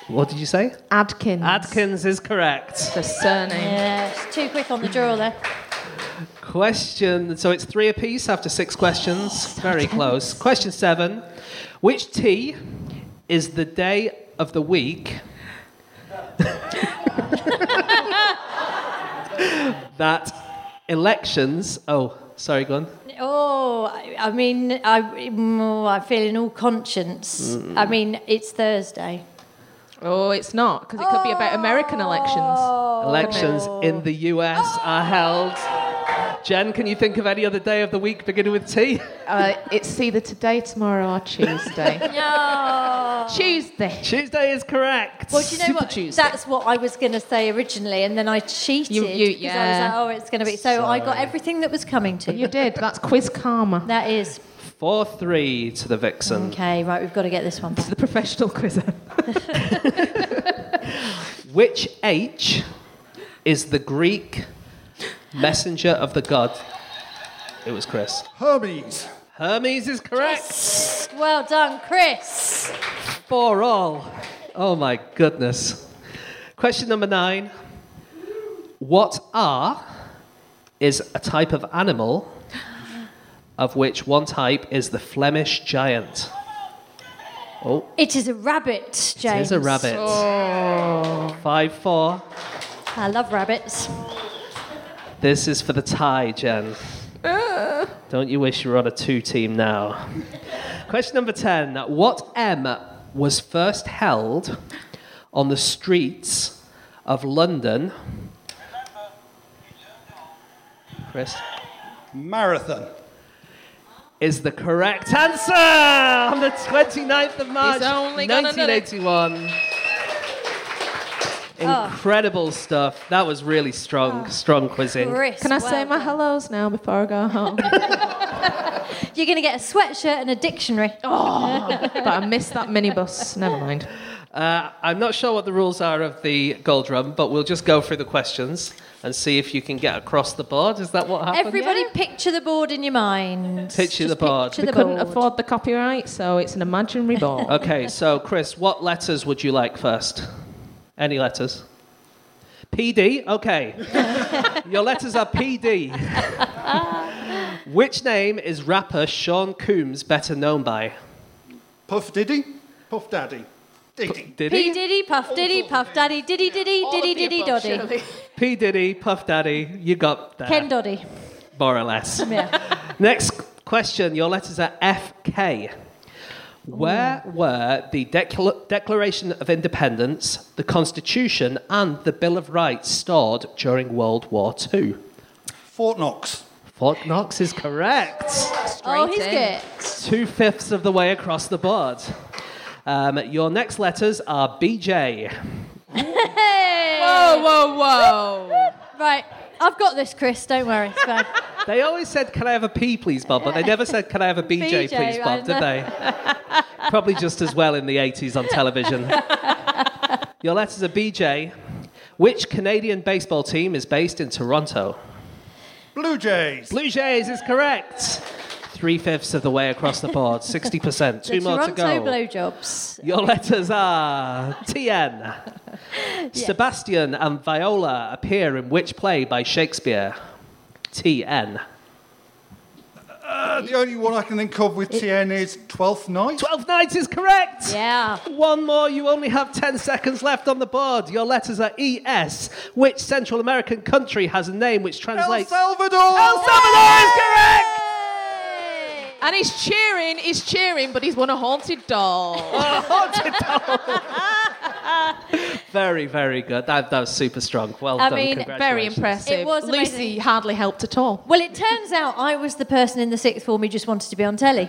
Speaker 5: what did you say?
Speaker 4: Adkins.
Speaker 5: Adkins is correct.
Speaker 4: The surname.
Speaker 1: Yeah, it's too quick on the draw there.
Speaker 5: Question. So it's three apiece after six
Speaker 1: Oh,
Speaker 5: questions. Very close. Question seven. Which T is the day of the week? that elections. Oh, sorry, go on.
Speaker 1: Oh, I, I mean, I, mm, I feel in all conscience. I mean, it's Thursday.
Speaker 4: Oh, it's not, because it could be about American elections.
Speaker 1: Oh,
Speaker 5: Elections in the US are held. Jen, can you think of any other day of the week beginning with T?
Speaker 4: Uh, it's either today, tomorrow, or Tuesday.
Speaker 1: No.
Speaker 4: Tuesday.
Speaker 5: Tuesday is correct.
Speaker 1: Well, do you know
Speaker 4: Super
Speaker 1: what?
Speaker 4: Tuesday.
Speaker 1: That's what I was going to say originally, and then I cheated.
Speaker 4: You- you-
Speaker 1: 'cause
Speaker 4: yeah.
Speaker 1: I was like, oh, it's going to be. So I got everything that was coming to
Speaker 4: You did. That's quiz karma.
Speaker 1: That is
Speaker 5: 4 3 to the Vixen.
Speaker 1: okay. Right, we've got to get this one. Back.
Speaker 4: The professional quizzer.
Speaker 5: Which H is the Greek messenger of the god? It was Chris.
Speaker 7: Hermes.
Speaker 5: Hermes is correct.
Speaker 1: Well done, Chris.
Speaker 5: For all. Oh my goodness. Question number nine. What R is a type of animal of which one type is the Flemish giant? Oh,
Speaker 1: It is a rabbit,
Speaker 5: it
Speaker 1: James.
Speaker 5: is a rabbit. Five four.
Speaker 1: I love rabbits.
Speaker 5: This is for the tie, Jen.
Speaker 4: Uh.
Speaker 5: Don't you wish you were on a two team now? Question number 10. What M was first held on the streets of London? Chris?
Speaker 7: Marathon.
Speaker 5: Is the correct answer on the 29th of March,
Speaker 4: only gonna nut it.
Speaker 5: 1981.
Speaker 4: Ah.
Speaker 5: Incredible stuff. That was really strong, strong quizzing.
Speaker 1: Chris,
Speaker 4: Can I
Speaker 1: well
Speaker 4: say my
Speaker 1: done.
Speaker 4: hellos now before I go home?
Speaker 1: You're going to get a sweatshirt and a dictionary.
Speaker 4: Oh, but I missed that minibus. Never mind.
Speaker 5: Uh, I'm not sure what the rules are of the gold run, but we'll just go through the questions and see if you can get across the board. Is that what happened?
Speaker 1: Everybody, picture the board in your mind.
Speaker 5: Picture the
Speaker 1: Just
Speaker 5: board.
Speaker 1: Picture the
Speaker 4: Couldn't
Speaker 1: board.
Speaker 4: afford the copyright, so it's an imaginary ball.
Speaker 5: Okay, so Chris, what letters would you like first? Any letters? PD? Okay. Your letters are PD. Which name is rapper Sean Coombs better known by?
Speaker 7: Puff Diddy. Puff Daddy. Diddy.
Speaker 1: P
Speaker 5: Diddy?
Speaker 1: diddy, puff diddy, puff daddy, diddy diddy, diddy diddy doddy.
Speaker 5: P. Diddy, Puff Daddy, you got that.
Speaker 1: Ken Doddy.
Speaker 5: more or less.
Speaker 1: Yeah.
Speaker 5: Next question. Your letters are FK. Where were the Decla- Declaration of Independence, the Constitution, and the Bill of Rights stored during World War II?
Speaker 7: Fort Knox.
Speaker 5: Fort Knox is correct.
Speaker 1: Oh, he's
Speaker 4: in.
Speaker 1: good.
Speaker 5: Two fifths of the way across the board. Um, your next letters are BJ.
Speaker 1: Hey!
Speaker 4: Whoa, whoa, whoa.
Speaker 1: Right, I've got this, Chris. Don't worry. It's fine.
Speaker 5: They always said, "Can I have a P, please, Bob?" But they never said, "Can I have a BJ,
Speaker 1: BJ,
Speaker 5: please,
Speaker 1: I
Speaker 5: Bob?" Did they? Probably just as well in the '80s on television. Your letters are BJ. Which Canadian baseball team is based in Toronto?
Speaker 7: Blue Jays.
Speaker 5: Blue Jays is correct. Three fifths of the way across the board, sixty percent. Two
Speaker 1: the
Speaker 5: more
Speaker 1: Toronto
Speaker 5: to go.
Speaker 1: blowjobs.
Speaker 5: Your letters are TN. Sebastian and Viola appear in which play by Shakespeare? TN.
Speaker 7: Uh, the only one I can think of with TN is Twelfth Night.
Speaker 5: Twelve Nights is correct.
Speaker 1: Yeah.
Speaker 5: One more, you only have 10 seconds left on the board. Your letters are ES. Which Central American country has a name which
Speaker 7: El
Speaker 5: translates?
Speaker 7: Salvador.
Speaker 5: El Salvador is correct!
Speaker 4: And he's cheering, he's cheering, but he's won a haunted doll.
Speaker 5: Oh, haunted doll. very, very good. That, that was super strong. Well
Speaker 1: I
Speaker 5: done.
Speaker 1: mean,
Speaker 4: Very
Speaker 5: Congratulations.
Speaker 4: impressive.
Speaker 1: It was amazing.
Speaker 4: Lucy hardly helped at all.
Speaker 1: Well, it turns out I was the person in the sixth form who just wanted to be on telly,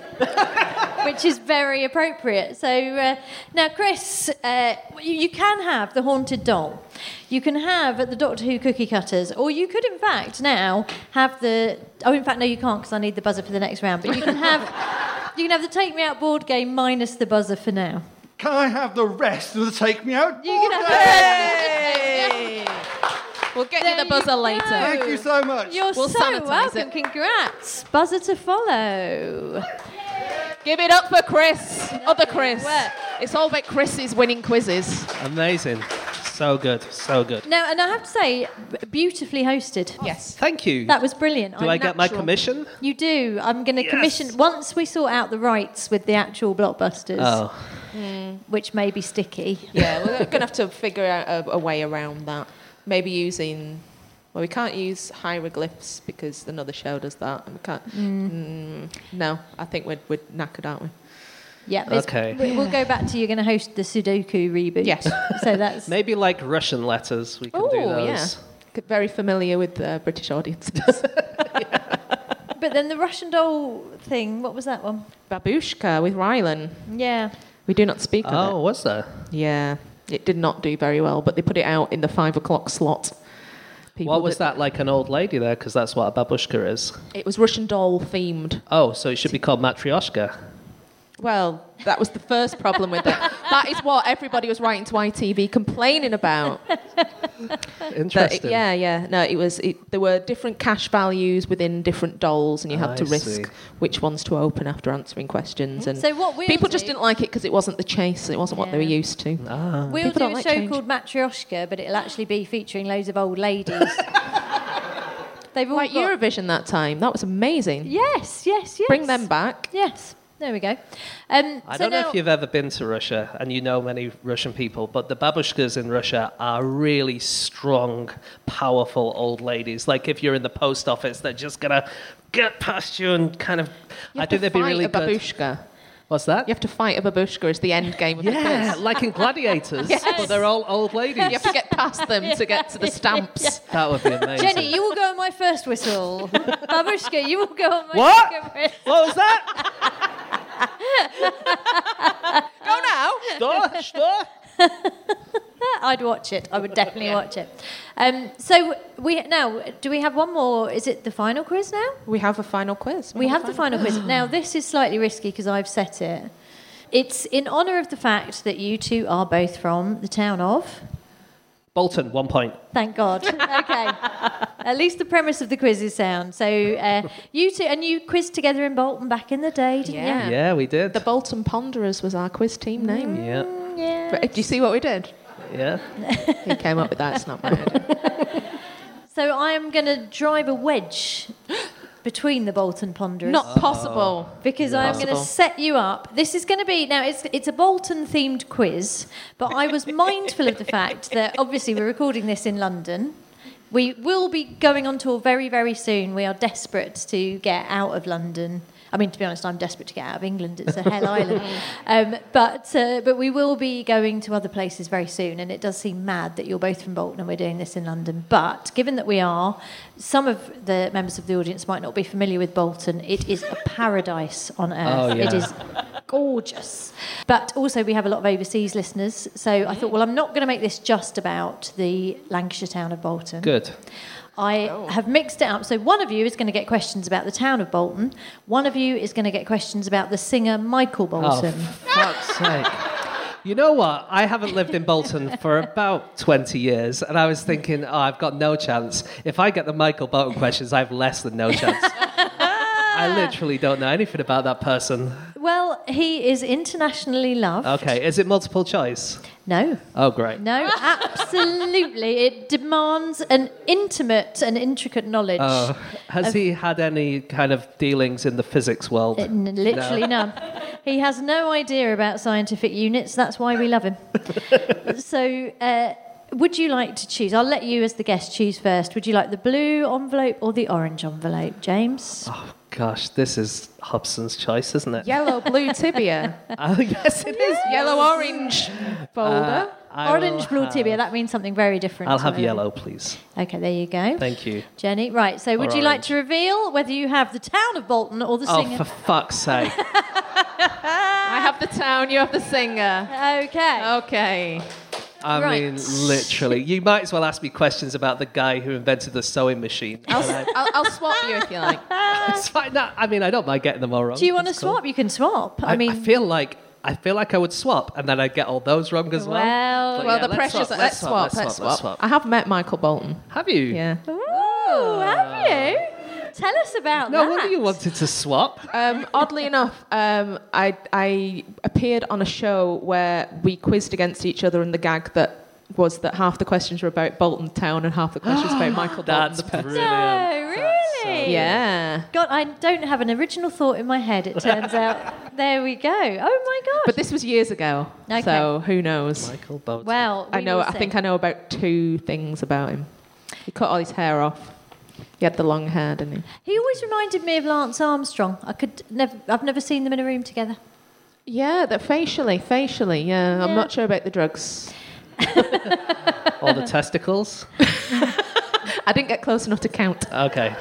Speaker 1: which is very appropriate. So uh, now, Chris, uh, you, you can have the haunted doll. You can have the Doctor Who cookie cutters, or you could, in fact, now have the. Oh, in fact, no, you can't because I need the buzzer for the next round. But you can have. You can have the Take Me Out board game minus the buzzer for now.
Speaker 7: Can I have the rest of the Take Me Out?
Speaker 1: You can have the
Speaker 4: We'll get
Speaker 1: There
Speaker 4: you
Speaker 1: you
Speaker 4: the buzzer
Speaker 1: go.
Speaker 4: later.
Speaker 7: Thank you so much.
Speaker 1: You're
Speaker 4: We'll
Speaker 1: so
Speaker 4: sanitise
Speaker 1: welcome.
Speaker 4: it.
Speaker 1: Congrats. Buzzer to follow.
Speaker 4: Give it up for Chris. Other Chris.
Speaker 1: work.
Speaker 4: It's all about Chris's winning quizzes.
Speaker 5: Amazing. So good. So good.
Speaker 1: Now, and I have to say, b- beautifully hosted.
Speaker 4: Yes.
Speaker 5: Thank you.
Speaker 1: That was brilliant.
Speaker 5: Do I get my
Speaker 1: natural.
Speaker 5: commission?
Speaker 1: You do. I'm going to commission once we sort out the rights with the actual blockbusters,
Speaker 5: Oh,
Speaker 1: which may be sticky.
Speaker 4: Yeah, we're going to have to figure out a, a way around that. Maybe using. Well, we can't use hieroglyphs because another show does that. And we can't. Mm, no, I think we're, we're knackered, aren't we?
Speaker 1: Yeah. there's-
Speaker 5: Okay.
Speaker 1: we- We'll go back to you're going to host the Sudoku reboot.
Speaker 4: Yes.
Speaker 1: So that's
Speaker 5: maybe like Russian letters. We can do
Speaker 4: Ooh, yeah.
Speaker 5: those.
Speaker 4: C- Very familiar with the British audiences.
Speaker 1: But then the Russian doll thing. What was that one?
Speaker 4: Babushka with Rylan.
Speaker 1: Yeah.
Speaker 4: We do not speak of
Speaker 5: Oh, was there?
Speaker 4: it. Yeah, it did not do very well, but they put it out in the five o'clock slot. People
Speaker 5: What was
Speaker 4: did-
Speaker 5: that like an old lady there? Because that's what a babushka is.
Speaker 4: It was Russian doll themed.
Speaker 5: Oh, so it should be called Matryoshka.
Speaker 4: Well, that was the first problem with it. That is what everybody was writing to ITV complaining about. That it-
Speaker 5: Interesting.
Speaker 4: yeah, yeah. No, it was. It, there were different cash values within different dolls, and you had
Speaker 5: I
Speaker 4: to risk
Speaker 5: see.
Speaker 4: which ones to open after answering questions. And
Speaker 1: Mm-hmm. So what we'll
Speaker 4: people just
Speaker 1: do-
Speaker 4: didn't like it because it wasn't the chase. It wasn't what they were
Speaker 1: Yeah.
Speaker 4: used to.
Speaker 5: Ah.
Speaker 1: We'll
Speaker 4: People
Speaker 1: do a
Speaker 4: don't like
Speaker 1: show
Speaker 4: change.
Speaker 1: called Matryoshka, but it'll actually be featuring loads of old ladies. They've all
Speaker 4: Like
Speaker 1: got-
Speaker 4: Eurovision that time. That was amazing.
Speaker 1: Yes, yes, yes.
Speaker 4: Bring them back.
Speaker 1: Yes. There we go. Um,
Speaker 5: I
Speaker 1: so
Speaker 5: don't know
Speaker 1: now-
Speaker 5: if you've ever been to Russia and you know many Russian people, but the babushkas in Russia are really strong, powerful old ladies. Like if you're in the post office, they're just gonna get past you and kind of.
Speaker 4: You
Speaker 5: I
Speaker 4: have
Speaker 5: think
Speaker 4: to
Speaker 5: they'd be
Speaker 4: fight
Speaker 5: really
Speaker 4: a
Speaker 5: good.
Speaker 4: babushka.
Speaker 5: What's that?
Speaker 4: You have to fight a babushka is the end game of the
Speaker 5: yeah,
Speaker 4: quiz.
Speaker 5: like in gladiators,
Speaker 4: Yes.
Speaker 5: but they're all old
Speaker 4: You
Speaker 5: ladies.
Speaker 4: have to get past them to get to the stamps.
Speaker 5: That would be amazing.
Speaker 1: Jenny, you will go on my first whistle. Babushka, you will go on my
Speaker 5: What?
Speaker 1: second whistle.
Speaker 5: What was that?
Speaker 4: Go now.
Speaker 5: Что? Что?
Speaker 1: I'd watch it. I would definitely watch it. Um, so we now do we have one more? Is it the final quiz now?
Speaker 4: We have a final quiz.
Speaker 1: We have the final quiz. Now this is slightly risky because I've set it. It's in honour of the fact that you two are both from the town of.
Speaker 5: Bolton, one point.
Speaker 1: Thank God. Okay. At least the premise of the quiz is sound. So uh, you two and you quizzed together in Bolton back in the day, didn't
Speaker 4: Yeah.
Speaker 5: Yeah, we did.
Speaker 4: The Bolton Ponderers was our quiz team name.
Speaker 5: yeah,
Speaker 1: you? Yeah.
Speaker 4: But do you see what we did?
Speaker 5: yeah.
Speaker 4: He came up with that. It's not my idea.
Speaker 1: So I'm going to drive a wedge between the Bolton Ponderers.
Speaker 4: Not possible.
Speaker 1: because I'm going to
Speaker 4: Possible.
Speaker 1: set you up. This is going to be now. It's it's a Bolton themed quiz, but I was mindful of the fact that obviously we're recording this in London. We will be going on tour very very soon. We are desperate to get out of London. I mean, to be honest, I'm desperate to get out of England. It's a hell island. Um, but uh, but we will be going to other places very soon, and it does seem mad that you're both from Bolton and we're doing this in London. But given that we are, some of the members of the audience might not be familiar with Bolton. It is a paradise on earth.
Speaker 5: Oh, yeah.
Speaker 1: It is gorgeous. But also, we have a lot of overseas listeners. So I thought, well, I'm not going to make this just about the Lancashire town of Bolton.
Speaker 5: Good.
Speaker 1: I have mixed it up. So one of you is going to get questions about the town of Bolton. One of you is going to get questions about the singer Michael
Speaker 5: Oh.
Speaker 1: Bolton.
Speaker 5: fuck's sake. You know what? I haven't lived in Bolton for about 20 years, and I was thinking, oh, I've got no chance. If I get the Michael Bolton questions, I have less than no chance. I literally don't know anything about that person.
Speaker 1: Well, he is internationally loved.
Speaker 5: Okay, is it multiple choice?
Speaker 1: No,
Speaker 5: Oh, great.
Speaker 1: no, absolutely. It demands an intimate and intricate knowledge.
Speaker 5: Oh, has he had any kind of dealings in the physics world?
Speaker 1: N- Literally none. He has no idea about scientific units. That's why we love him. so, uh, would you like to choose? I'll let you, as the guest, choose first. Would you like the blue envelope or the orange envelope, James?
Speaker 5: Oh, gosh, this is Hobson's choice, isn't it?
Speaker 4: Yellow, blue tibia.
Speaker 5: Oh, yes, it is.
Speaker 4: Yellow, orange boulder.
Speaker 5: I will
Speaker 1: orange blue
Speaker 5: have-
Speaker 1: tibia. That means something very different.
Speaker 5: I'll
Speaker 1: to
Speaker 5: have
Speaker 1: me.
Speaker 5: yellow, please.
Speaker 1: Okay, there you go.
Speaker 5: Thank you.
Speaker 1: Jenny, right. So, would
Speaker 5: Or
Speaker 1: you like
Speaker 5: orange.
Speaker 1: to reveal whether you have the town of Bolton or the
Speaker 5: Oh,
Speaker 1: singer?
Speaker 5: for fuck's sake.
Speaker 4: Uh, I have the town, you have the singer.
Speaker 1: okay.
Speaker 5: Oh,
Speaker 4: Okay.
Speaker 5: I
Speaker 1: Right.
Speaker 5: mean, literally. You might as well ask me questions about the guy who invented the sewing machine.
Speaker 4: I'll, s- I'll, I'll swap you if you like.
Speaker 5: It's fine. No, I mean, I don't mind getting them all wrong.
Speaker 1: Do you want to
Speaker 5: That's cool.
Speaker 1: swap? You can swap. I,
Speaker 5: I,
Speaker 1: mean,
Speaker 5: I feel like I feel like I would swap, and then I'd get all those wrong as well.
Speaker 1: Well-
Speaker 5: But
Speaker 4: Well,
Speaker 5: yeah,
Speaker 4: the
Speaker 5: let's
Speaker 4: pressure's.
Speaker 5: swap,
Speaker 4: Let's swap. Let's swap. I have met Michael Bolton.
Speaker 5: Have you?
Speaker 4: Yeah.
Speaker 1: Ooh, have you? Tell us about
Speaker 5: Ah. No
Speaker 1: that.
Speaker 5: wonder you wanted to swap.
Speaker 4: Um, oddly enough, um, I, I appeared on a show where we quizzed against each other, and the gag that was that half the questions were about Bolton Town and half the questions about Michael Bolton.
Speaker 5: That's
Speaker 4: the person.
Speaker 5: brilliant.
Speaker 1: No,
Speaker 5: uh,
Speaker 1: really?
Speaker 4: Yeah.
Speaker 1: God, I don't have an original thought in my head, it turns out. There we go. Oh my
Speaker 4: But
Speaker 1: gosh.
Speaker 4: this was years ago,
Speaker 1: Okay.
Speaker 4: so who knows?
Speaker 5: Michael Bolton.
Speaker 1: Well,
Speaker 4: I know. I think I know about two things about him. He cut all his hair off. He had the long hair, didn't he?
Speaker 1: He always reminded me of Lance Armstrong. I could never, I've never seen them in a room together.
Speaker 4: Yeah, that facially, facially. Yeah,
Speaker 1: Yeah.
Speaker 4: I'm not sure about the drugs.
Speaker 5: all the testicles.
Speaker 4: I didn't get close enough to count.
Speaker 5: Okay.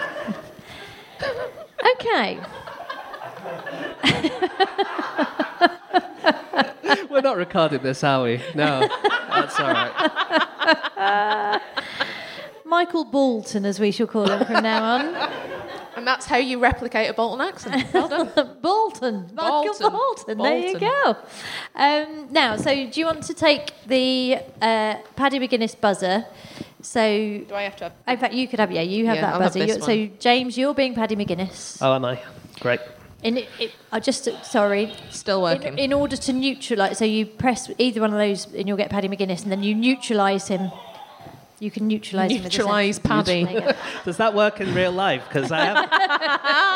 Speaker 1: Okay.
Speaker 5: We're not recording this, are we? No. That's all right.
Speaker 1: Michael Bolton, as we shall call him from now
Speaker 4: And that's how you replicate a Bolton accent. Well done.
Speaker 1: on. Bolton. Michael Bolton.
Speaker 4: Bolton.
Speaker 1: There you
Speaker 4: Bolton.
Speaker 1: go. Um, now, so do you want to take the uh, Paddy McGuinness buzzer? So
Speaker 4: Do I have to have
Speaker 1: In fact, you could have, yeah, you have
Speaker 4: Yeah,
Speaker 1: that
Speaker 4: I'll have
Speaker 1: buzzer.
Speaker 4: this Uh.
Speaker 1: You're- so, James, you're being Paddy McGuinness.
Speaker 5: Oh, am I? Great.
Speaker 1: And it, it, I just, sorry.
Speaker 4: Still
Speaker 1: In, in order to neutralise, so you press either one of those and you'll get Paddy McGuinness, and then you neutralise him. You can neutralise him. with the
Speaker 4: Neutralise
Speaker 1: sensor.
Speaker 4: Paddy.
Speaker 1: There you go.
Speaker 5: Does that work in real life? Because I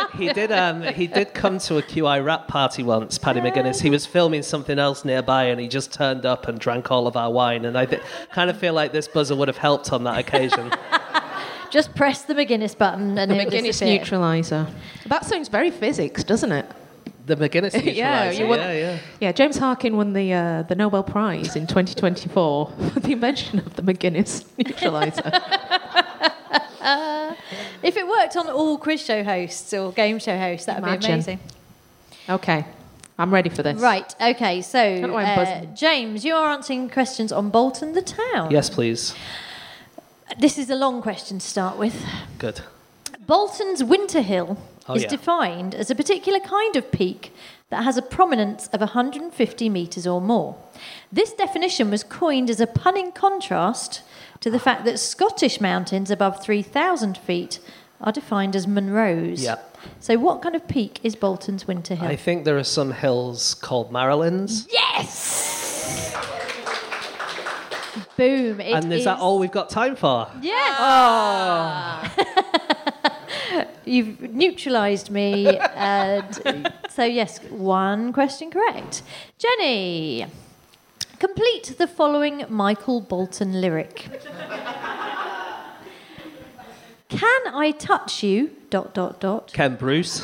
Speaker 5: have. he did. Um, he did come to a QI rap party once, Paddy McGuinness. He was filming something else nearby, and he just turned up and drank all of our wine. And I th- kind of feel like this buzzer would have helped on that occasion.
Speaker 1: Just press the McGuinness button and it'll disappear.
Speaker 4: neutralizer. That sounds very physics, doesn't it?
Speaker 5: the McGuinness.
Speaker 4: Yeah,
Speaker 5: yeah,
Speaker 4: you want-
Speaker 5: yeah, yeah.
Speaker 4: Yeah, James Harkin won the uh, the Nobel Prize in 2024 for the invention of the McGuinness neutralizer.
Speaker 1: If it worked on all quiz show hosts or game show hosts, that would be
Speaker 4: Imagine.
Speaker 1: amazing.
Speaker 4: okay, I'm ready for this.
Speaker 1: Right, okay, so
Speaker 4: know why I'm
Speaker 1: uh,
Speaker 4: buzzing.
Speaker 1: James, you are answering questions on Bolton the Town.
Speaker 5: Yes, please.
Speaker 1: This is a long question to start with.
Speaker 5: Good.
Speaker 1: Bolton's Winter Hill
Speaker 5: Oh,
Speaker 1: is
Speaker 5: yeah.
Speaker 1: defined as a particular kind of peak that has a prominence of 150 metres or more. This definition was coined as a punning contrast to the fact that Scottish mountains above 3,000 feet are defined as Munros.
Speaker 5: Yeah.
Speaker 1: So, what kind of peak is Bolton's Winter Hill?
Speaker 5: I think there are some hills called Marylands.
Speaker 1: yes! Boom. it
Speaker 5: and is, that all we've got time for?
Speaker 1: Yes.
Speaker 4: Ah.
Speaker 1: You've neutralised me. and so, yes, one question correct. Jenny, complete the following Michael Bolton lyric Can I touch you? Dot, dot, dot.
Speaker 5: Ken Bruce.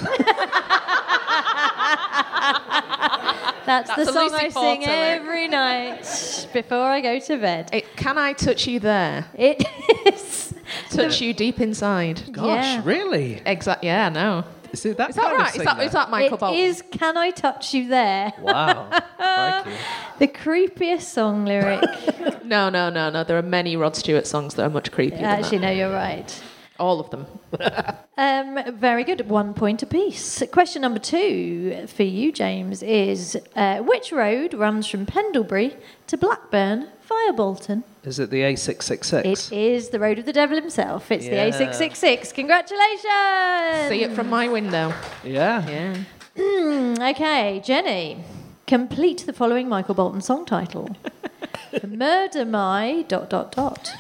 Speaker 1: That's,
Speaker 4: That's
Speaker 1: the
Speaker 4: a
Speaker 1: song
Speaker 4: Lucy
Speaker 1: I sing
Speaker 4: Porter lyric.
Speaker 1: every night before I go to bed.
Speaker 4: It, Uh, can I touch you there?
Speaker 1: It is.
Speaker 4: Touch you deep inside.
Speaker 5: Gosh,
Speaker 1: Yeah.
Speaker 5: really?
Speaker 4: Exactly. Yeah, no.
Speaker 5: Is it that
Speaker 4: Is that
Speaker 5: kind
Speaker 4: right?
Speaker 5: of
Speaker 4: Is that,
Speaker 5: singer?
Speaker 4: is that Michael
Speaker 1: It
Speaker 4: Bolton?
Speaker 1: is Can I Touch You There?
Speaker 5: Wow. Thank you.
Speaker 1: The creepiest song lyric.
Speaker 4: No, no, no, no. There are many Rod Stewart songs that are much creepier. than
Speaker 1: Actually,
Speaker 4: that.
Speaker 1: no, you're right.
Speaker 4: all of them.
Speaker 1: Um, very good. One point apiece. Question number two for you, James, is uh, which road runs from Pendlebury to Blackburn via Bolton?
Speaker 5: Is it the A666?
Speaker 1: It is the road of the devil himself. It's
Speaker 5: Yeah.
Speaker 1: the A666. Congratulations!
Speaker 4: See it from my window.
Speaker 5: Yeah.
Speaker 4: Yeah.
Speaker 1: Hmm, Okay, Jenny, complete the following Michael Bolton song title. Murder my dot dot dot.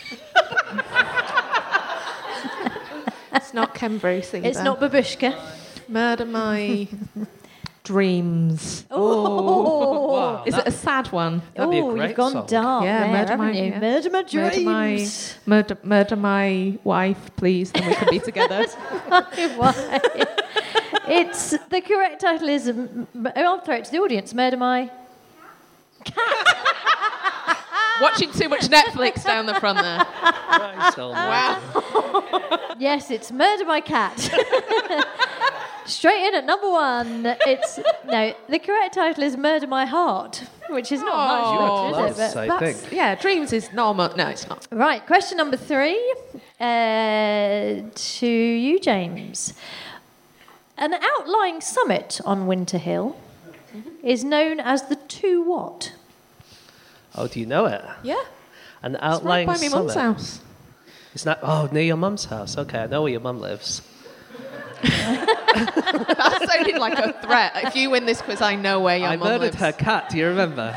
Speaker 4: It's not Ken Bruce either.
Speaker 1: It's not Babushka.
Speaker 4: Murder My Dreams.
Speaker 1: Oh,
Speaker 5: Wow.
Speaker 4: Is it a sad one?
Speaker 5: That'd be a
Speaker 1: Ooh,
Speaker 5: great
Speaker 1: you've gone
Speaker 5: song.
Speaker 1: dark.
Speaker 4: Yeah,
Speaker 1: there,
Speaker 4: murder
Speaker 1: haven't
Speaker 4: my-
Speaker 1: you?
Speaker 4: yeah.
Speaker 1: Murder my
Speaker 4: Murder my,
Speaker 1: dreams.
Speaker 4: murder, murder my wife, please, then we can be together.
Speaker 1: Why? it's the correct title is. m- m- oh, I'll throw it to the audience. Murder my.
Speaker 4: Watching too much Netflix down the front there.
Speaker 5: Christ almighty.
Speaker 1: Yes, it's murder my cat. Straight in at number one. It's no. The correct title is murder my heart, which is not
Speaker 4: Oh,
Speaker 1: much, is it?
Speaker 5: That's,
Speaker 1: But-
Speaker 5: I
Speaker 4: That's,
Speaker 5: think.
Speaker 4: yeah, Dreams is normal. No, it's not.
Speaker 1: Right, question number three uh, to you, James. An outlying summit on Winter Hill is known as the Two What?
Speaker 5: Oh, do you know it?
Speaker 4: Yeah.
Speaker 5: An
Speaker 4: It's right
Speaker 5: outlying
Speaker 4: by my mum's
Speaker 5: summit.
Speaker 4: house.
Speaker 5: It's not. Oh, near your mum's house. Okay, I know where your mum lives.
Speaker 4: That sounded like a threat. If you win this quiz, I know where your
Speaker 5: I
Speaker 4: mum
Speaker 5: murdered
Speaker 4: lives.
Speaker 5: her cat. Do you remember?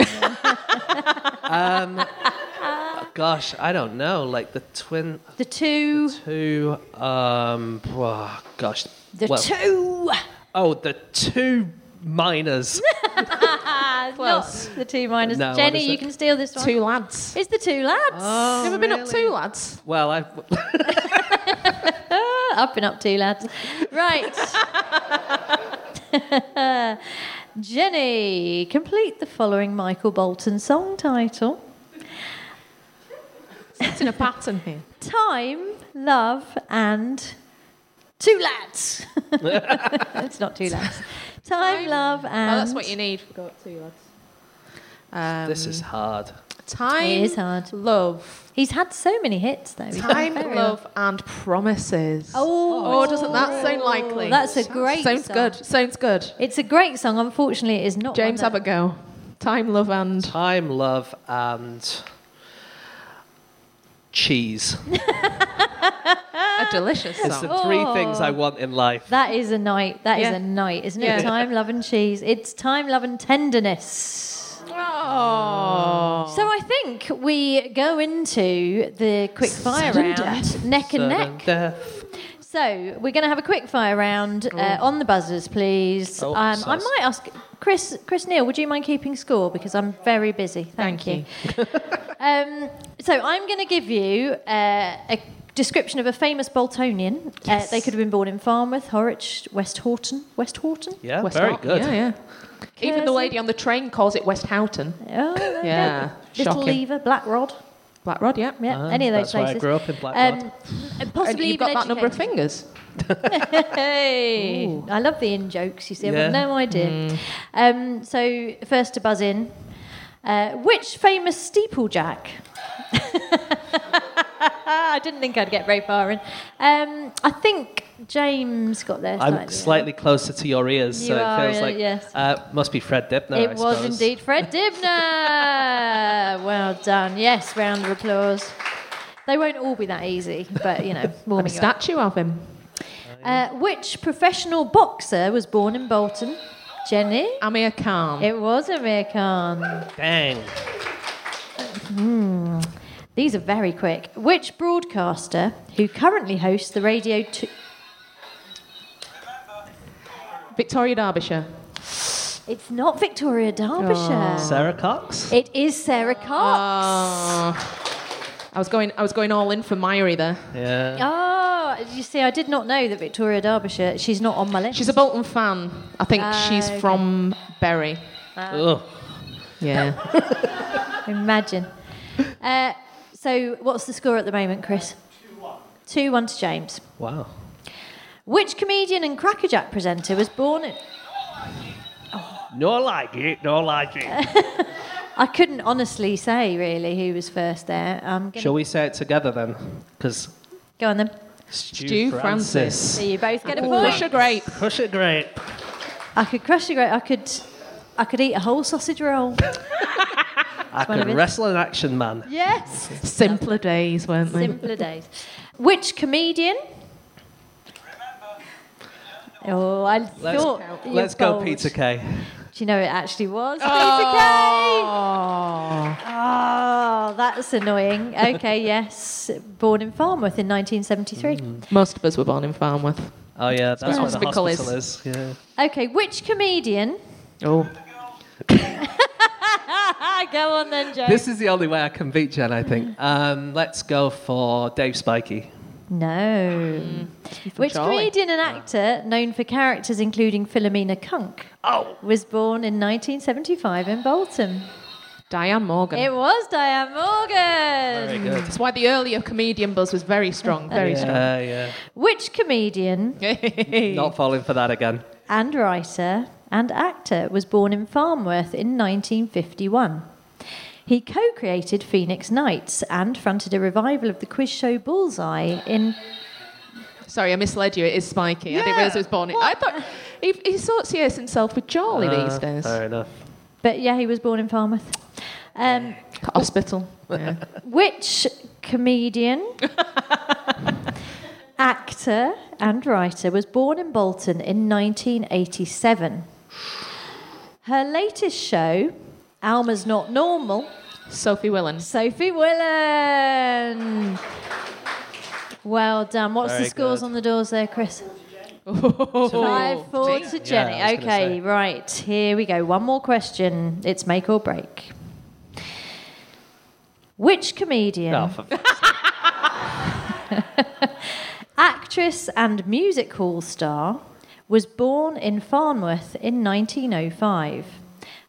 Speaker 5: um, gosh, I don't know. Like the twin
Speaker 1: The Two.
Speaker 5: two. Um, oh, gosh.
Speaker 1: The
Speaker 5: well,
Speaker 1: Two.
Speaker 5: Oh, the two miners.
Speaker 1: Ah,
Speaker 4: Close.
Speaker 1: not the Two Miners.
Speaker 5: No, what
Speaker 1: Jenny,
Speaker 5: is
Speaker 1: you
Speaker 5: it?
Speaker 1: can steal this one.
Speaker 4: Two lads.
Speaker 1: It's the Two Lads.
Speaker 5: Oh,
Speaker 4: Never been up two lads.
Speaker 5: Well, I.
Speaker 1: Ah, I've been up Two Lads. Right. Jenny, complete the following Michael Bolton song title.
Speaker 4: It's in a pattern here.
Speaker 1: time, love, and two lads. it's not two lads. Time, love, and
Speaker 4: Oh, that's what you need. Got two lads. Um,
Speaker 5: This is hard.
Speaker 4: time.
Speaker 1: It is hard.
Speaker 4: Love.
Speaker 1: He's had so many hits though. He's done
Speaker 4: Time,
Speaker 1: very
Speaker 4: love, and promises.
Speaker 1: well. Oh,
Speaker 4: Oh, doesn't that sound likely?
Speaker 1: That's a great.
Speaker 4: Sounds
Speaker 1: song.
Speaker 4: good. Sounds good.
Speaker 1: It's a great song. Unfortunately, it is not.
Speaker 4: James,
Speaker 1: one
Speaker 4: have a
Speaker 1: that-
Speaker 4: go. Time, love, and
Speaker 5: Time, love, and cheese.
Speaker 4: a delicious
Speaker 5: It's
Speaker 4: song.
Speaker 5: the three things I want in life.
Speaker 1: Oh. That is a night. That is
Speaker 4: Yeah.
Speaker 1: a night, isn't it?
Speaker 4: Yeah.
Speaker 1: Time, love, and cheese. It's time, love, and tenderness.
Speaker 4: Oh.
Speaker 1: So I think we go into the quick fire
Speaker 4: Sudden
Speaker 1: round,
Speaker 4: death.
Speaker 1: neck and
Speaker 5: Sudden
Speaker 1: neck.
Speaker 5: death.
Speaker 1: So we're going to have a quick fire round uh, on the buzzers, please.
Speaker 5: Oh,
Speaker 1: um, I
Speaker 5: sauce.
Speaker 1: might ask Chris, Chris Neal, would you mind keeping score because I'm very busy. Thank,
Speaker 4: Thank
Speaker 1: you. um, so I'm going to give you uh, a description of a famous Boltonian. Uh, they could have been born in Farnworth, Horwich, West Horton, West Horton.
Speaker 5: Yeah,
Speaker 4: West
Speaker 5: very
Speaker 4: Houghton.
Speaker 5: good.
Speaker 4: Yeah, yeah. Even the
Speaker 1: Curzon.
Speaker 4: lady on the train calls it West Houghton.
Speaker 1: Oh, there we go.
Speaker 4: Yeah,
Speaker 1: Little
Speaker 4: shocking.
Speaker 1: Lever, Black Rod.
Speaker 4: Black Rod, yeah.
Speaker 1: Yeah,
Speaker 5: Ah,
Speaker 1: any of those
Speaker 5: that's where I
Speaker 1: places.
Speaker 5: grew up in Black
Speaker 1: Um,
Speaker 5: Rod.
Speaker 1: and
Speaker 4: And
Speaker 1: possibly
Speaker 4: you've
Speaker 1: even
Speaker 4: got that number of
Speaker 1: educated.
Speaker 4: fingers.
Speaker 1: Hey, I love the in jokes. You see, I've got
Speaker 5: Yeah.
Speaker 1: no idea.
Speaker 4: Mm.
Speaker 1: Um, so first to buzz in, uh, which famous steeplejack? I didn't think I'd get very far in. Um, I think James got there. Slightly.
Speaker 5: I'm slightly closer to your ears,
Speaker 1: You
Speaker 5: so
Speaker 1: are,
Speaker 5: it feels
Speaker 1: uh,
Speaker 5: like
Speaker 1: yes.
Speaker 5: uh, must be Fred Dibner.
Speaker 1: it
Speaker 5: I
Speaker 1: was
Speaker 5: suppose.
Speaker 1: indeed Fred Dibner. well done. Yes, round of applause. They won't all be that easy, but you know,
Speaker 4: A
Speaker 1: warming you up.
Speaker 4: statue of him.
Speaker 1: Uh, which professional boxer was born in Bolton? Jenny.
Speaker 4: Amir
Speaker 5: Um.
Speaker 4: Khan.
Speaker 1: It was Amir Khan.
Speaker 5: Bang.
Speaker 1: These are very quick. Which broadcaster, who currently hosts the Radio 2...
Speaker 4: Victoria Derbyshire.
Speaker 1: It's not Victoria Derbyshire.
Speaker 5: Oh, Sarah Oh. Cox.
Speaker 1: It is Sarah Cox.
Speaker 4: I was going I was going all in for Myrie there.
Speaker 5: Yeah.
Speaker 1: Oh, you see, I did not know that Victoria Derbyshire, she's not on my list.
Speaker 4: She's a Bolton fan. I think she's
Speaker 1: Uh, okay.
Speaker 4: from Bury.
Speaker 5: Ugh.
Speaker 4: Yeah.
Speaker 1: Imagine. Uh, so what's the score at the moment, Chris? 2-1. 2-1 to James.
Speaker 5: Wow.
Speaker 1: Which comedian and crackerjack presenter was born in?
Speaker 5: No like it, no like it.
Speaker 1: I couldn't honestly say really who was first there. I'm gonna
Speaker 5: Shall we say it together then? Because
Speaker 1: go on then.
Speaker 5: Stu,
Speaker 4: Stu Francis.
Speaker 5: Francis.
Speaker 1: So you both get a
Speaker 4: Push
Speaker 1: point.
Speaker 4: a grape.
Speaker 5: Crush it great.
Speaker 1: I could crush a great. I could. I could eat a whole sausage roll.
Speaker 5: I
Speaker 1: one of
Speaker 5: could
Speaker 1: his-
Speaker 5: wrestle an action man.
Speaker 1: yes.
Speaker 4: Simpler days, weren't they?
Speaker 1: Simpler days. Which comedian? Oh, I
Speaker 5: Let's,
Speaker 1: thought. you were
Speaker 5: let's go,
Speaker 1: bold.
Speaker 5: Peter Kay.
Speaker 1: Do you know it actually was Peter Kay?
Speaker 4: oh.
Speaker 1: Oh, that's annoying. Okay, yes. Born in Falmouth in 1973.
Speaker 4: Most of us were born in Farmworth.
Speaker 5: Oh yeah, that's
Speaker 4: where
Speaker 5: what the
Speaker 4: hospital
Speaker 5: hospital
Speaker 4: is.
Speaker 5: is. Yeah.
Speaker 1: Okay, which comedian?
Speaker 4: Oh.
Speaker 1: Ah, go on then, Joe.
Speaker 5: This is the only way I can beat Jen, I think. Um, let's go for Dave Spikey.
Speaker 1: No. Which
Speaker 4: Charlie.
Speaker 1: comedian and actor, known for characters including Philomena Kunk,
Speaker 5: Oh.
Speaker 1: was born in 1975 in Bolton?
Speaker 4: Diane Morgan.
Speaker 1: It was Diane Morgan.
Speaker 5: Very good.
Speaker 4: That's why the earlier comedian buzz was very strong. Very
Speaker 5: Yeah, yeah.
Speaker 1: Which comedian
Speaker 4: strong.
Speaker 5: Not falling for that again.
Speaker 1: and writer and actor was born in Farmworth in 1951? He co created Phoenix Nights and fronted a revival of the quiz show Bullseye in.
Speaker 4: Sorry, I misled you. It is spiky. I didn't realise it was born. I thought he, he associates himself with Charlie
Speaker 5: Uh,
Speaker 4: these days.
Speaker 5: Fair enough.
Speaker 1: But yeah, he was born in Farmworth. Um,
Speaker 4: Hospital. Yeah.
Speaker 1: Which comedian, actor, and writer was born in Bolton in 1987? Her latest show, Alma's Not Normal,
Speaker 4: Sophie Willan.
Speaker 1: Sophie Willan. Well done. What's
Speaker 5: Very
Speaker 1: the scores
Speaker 5: good.
Speaker 1: on the doors there, Chris? Five, four to Jenny.
Speaker 5: Yeah, I was gonna
Speaker 1: okay,
Speaker 5: say.
Speaker 1: right. Here we go. One more question. It's make or break. Which comedian?
Speaker 5: Oh, for f-
Speaker 1: Actress and music hall star was born in Farnworth in 1905.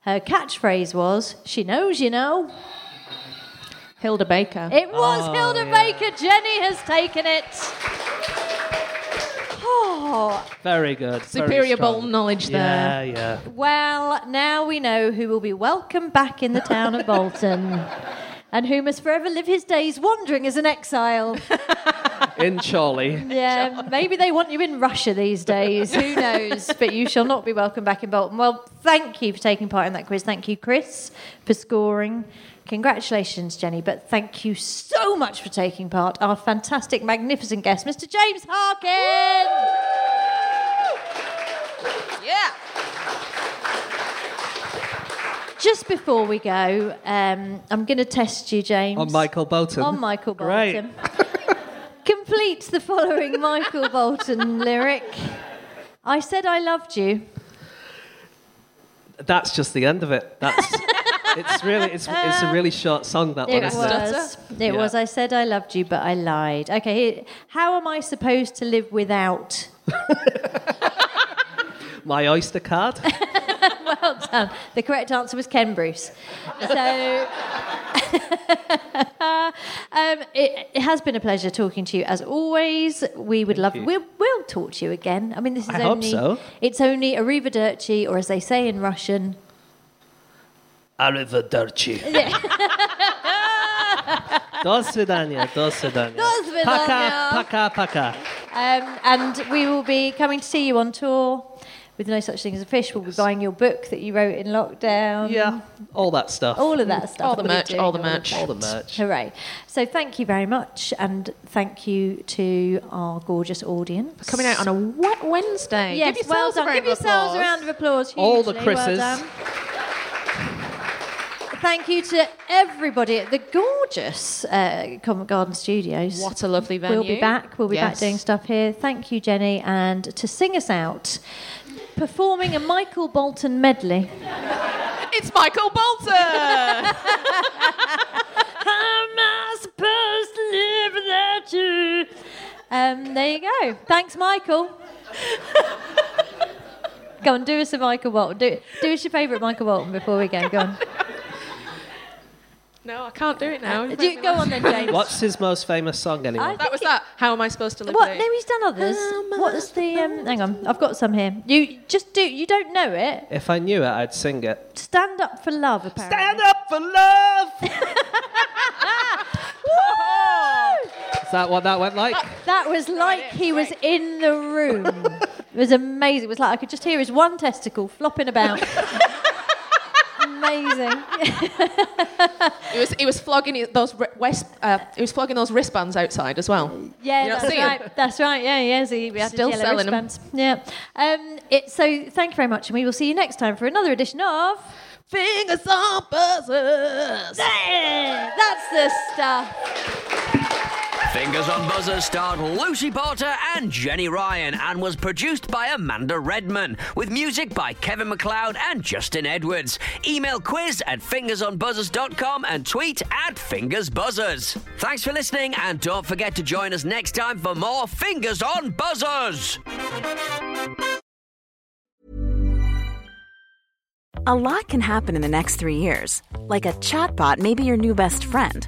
Speaker 1: Her catchphrase was, She knows, you know.
Speaker 4: Hilda Baker.
Speaker 1: It was Hilda Baker. Jenny has taken it. Oh,
Speaker 5: very good. very
Speaker 4: Superior
Speaker 5: strong.
Speaker 4: bowl knowledge there.
Speaker 5: Yeah, yeah.
Speaker 1: well, now we know who will be welcome back in the town of Bolton and who must forever live his days wandering as an exile.
Speaker 5: In Charlie.
Speaker 1: Yeah, maybe they want you in Russia these days. Who knows? But you shall not be welcome back in Bolton. Well, thank you for taking part in that quiz. Thank you, Chris, for scoring. Congratulations, Jenny. But thank you so much for taking part. Our fantastic, magnificent guest, Mr. James Harkin.
Speaker 4: Yeah.
Speaker 1: Just before we go, um, I'm going to test you, James.
Speaker 5: On Michael Bolton.
Speaker 4: Oh
Speaker 1: On Michael
Speaker 5: Great.
Speaker 1: Bolton. Complete the following Michael Bolton lyric. I said I loved you.
Speaker 5: That's just the end of it. That's. it's really. It's, it's
Speaker 4: Uh,
Speaker 5: a really short song. That
Speaker 1: It
Speaker 5: one. uh, Isn't it?
Speaker 1: was. It
Speaker 5: Yeah.
Speaker 1: was. I said I loved you, but I lied. Okay. here- How am I supposed to live without?
Speaker 5: My oyster card.
Speaker 1: Well done. The correct answer was Ken Bruce. So. um, it, it has been a pleasure talking to you as always. We would love
Speaker 5: you.
Speaker 1: we'll, we'll talk to you again. I mean, this is
Speaker 5: I hope
Speaker 1: only
Speaker 5: so.
Speaker 1: it's only arrivederci, or as they say in Russian,
Speaker 5: Arrivederci. До свидания, до свидания.
Speaker 1: До свидания.
Speaker 5: Пока, пока, пока.
Speaker 1: Um, and we will be coming to see you on tour with No Such Thing as a Fish. We'll be buying your book that you wrote in lockdown.
Speaker 5: Yeah, all that stuff.
Speaker 1: All of that stuff.
Speaker 4: All the
Speaker 1: We'll be
Speaker 4: merch,
Speaker 1: doing
Speaker 4: all the merch.
Speaker 5: All the merch.
Speaker 1: Hooray. So thank you very much. And thank you to our gorgeous audience.
Speaker 4: Coming out on a wet Wednesday.
Speaker 1: Yes,
Speaker 4: Give
Speaker 1: well
Speaker 4: yourselves a
Speaker 1: done.
Speaker 4: round
Speaker 1: Give
Speaker 4: of
Speaker 1: yourselves a
Speaker 4: applause.
Speaker 1: round of applause.
Speaker 5: All the
Speaker 1: hugely. Well
Speaker 5: Chris's.
Speaker 1: done. Thank you to everybody at the gorgeous uh, Covent Garden Studios.
Speaker 4: What a lovely venue.
Speaker 1: We'll be back. We'll be back
Speaker 4: Yes.
Speaker 1: doing stuff here. Thank you, Jenny. And to sing us out, performing a Michael Bolton medley.
Speaker 4: It's Michael Bolton.
Speaker 1: How am I supposed to live without you? Um, there you go. Thanks, Michael. go on, do us a Michael Bolton. Do, do us your favourite Michael Bolton before we go. Go on.
Speaker 4: No, I can't Uh, do it now.
Speaker 1: Do you- go on then, James.
Speaker 5: What's his most famous song anyway?
Speaker 1: I-
Speaker 4: That was that. How am I supposed to live?
Speaker 1: What?
Speaker 4: Late?
Speaker 1: No, he's done others. What's the? Um, hang on, I've got some here. You just do. You don't know it.
Speaker 5: If I knew it, I'd sing it.
Speaker 1: Stand up for love. Apparently.
Speaker 5: Stand up for love. Is that what that went like?
Speaker 1: That was like he was in the room. it was amazing. It was like I could just hear his one testicle flopping about. amazing.
Speaker 4: He was he was flogging his- those ri- west, uh, he was flogging those wristbands outside as well.
Speaker 1: Yeah,
Speaker 4: You don't
Speaker 1: that's
Speaker 4: see 'em.
Speaker 1: right. That's right. Yeah, yeah. So we had
Speaker 4: Still
Speaker 1: yellow
Speaker 4: selling 'em.
Speaker 1: wristbands. Yeah. Um, it, so thank you very much, and we will see you next time for another edition of.
Speaker 4: Fingers on buzzers.
Speaker 1: There! That's the stuff.
Speaker 9: Fingers on Buzzer starred Lucy Porter and Jenny Ryan and was produced by Amanda Redman with music by Kevin McLeod and Justin Edwards. Email quiz at fingersonbuzzers.com and tweet at fingersbuzzers. Thanks for listening and don't forget to join us next time for more Fingers on Buzzers.
Speaker 10: A lot can happen in the next three years. Like a chatbot may be your new best friend.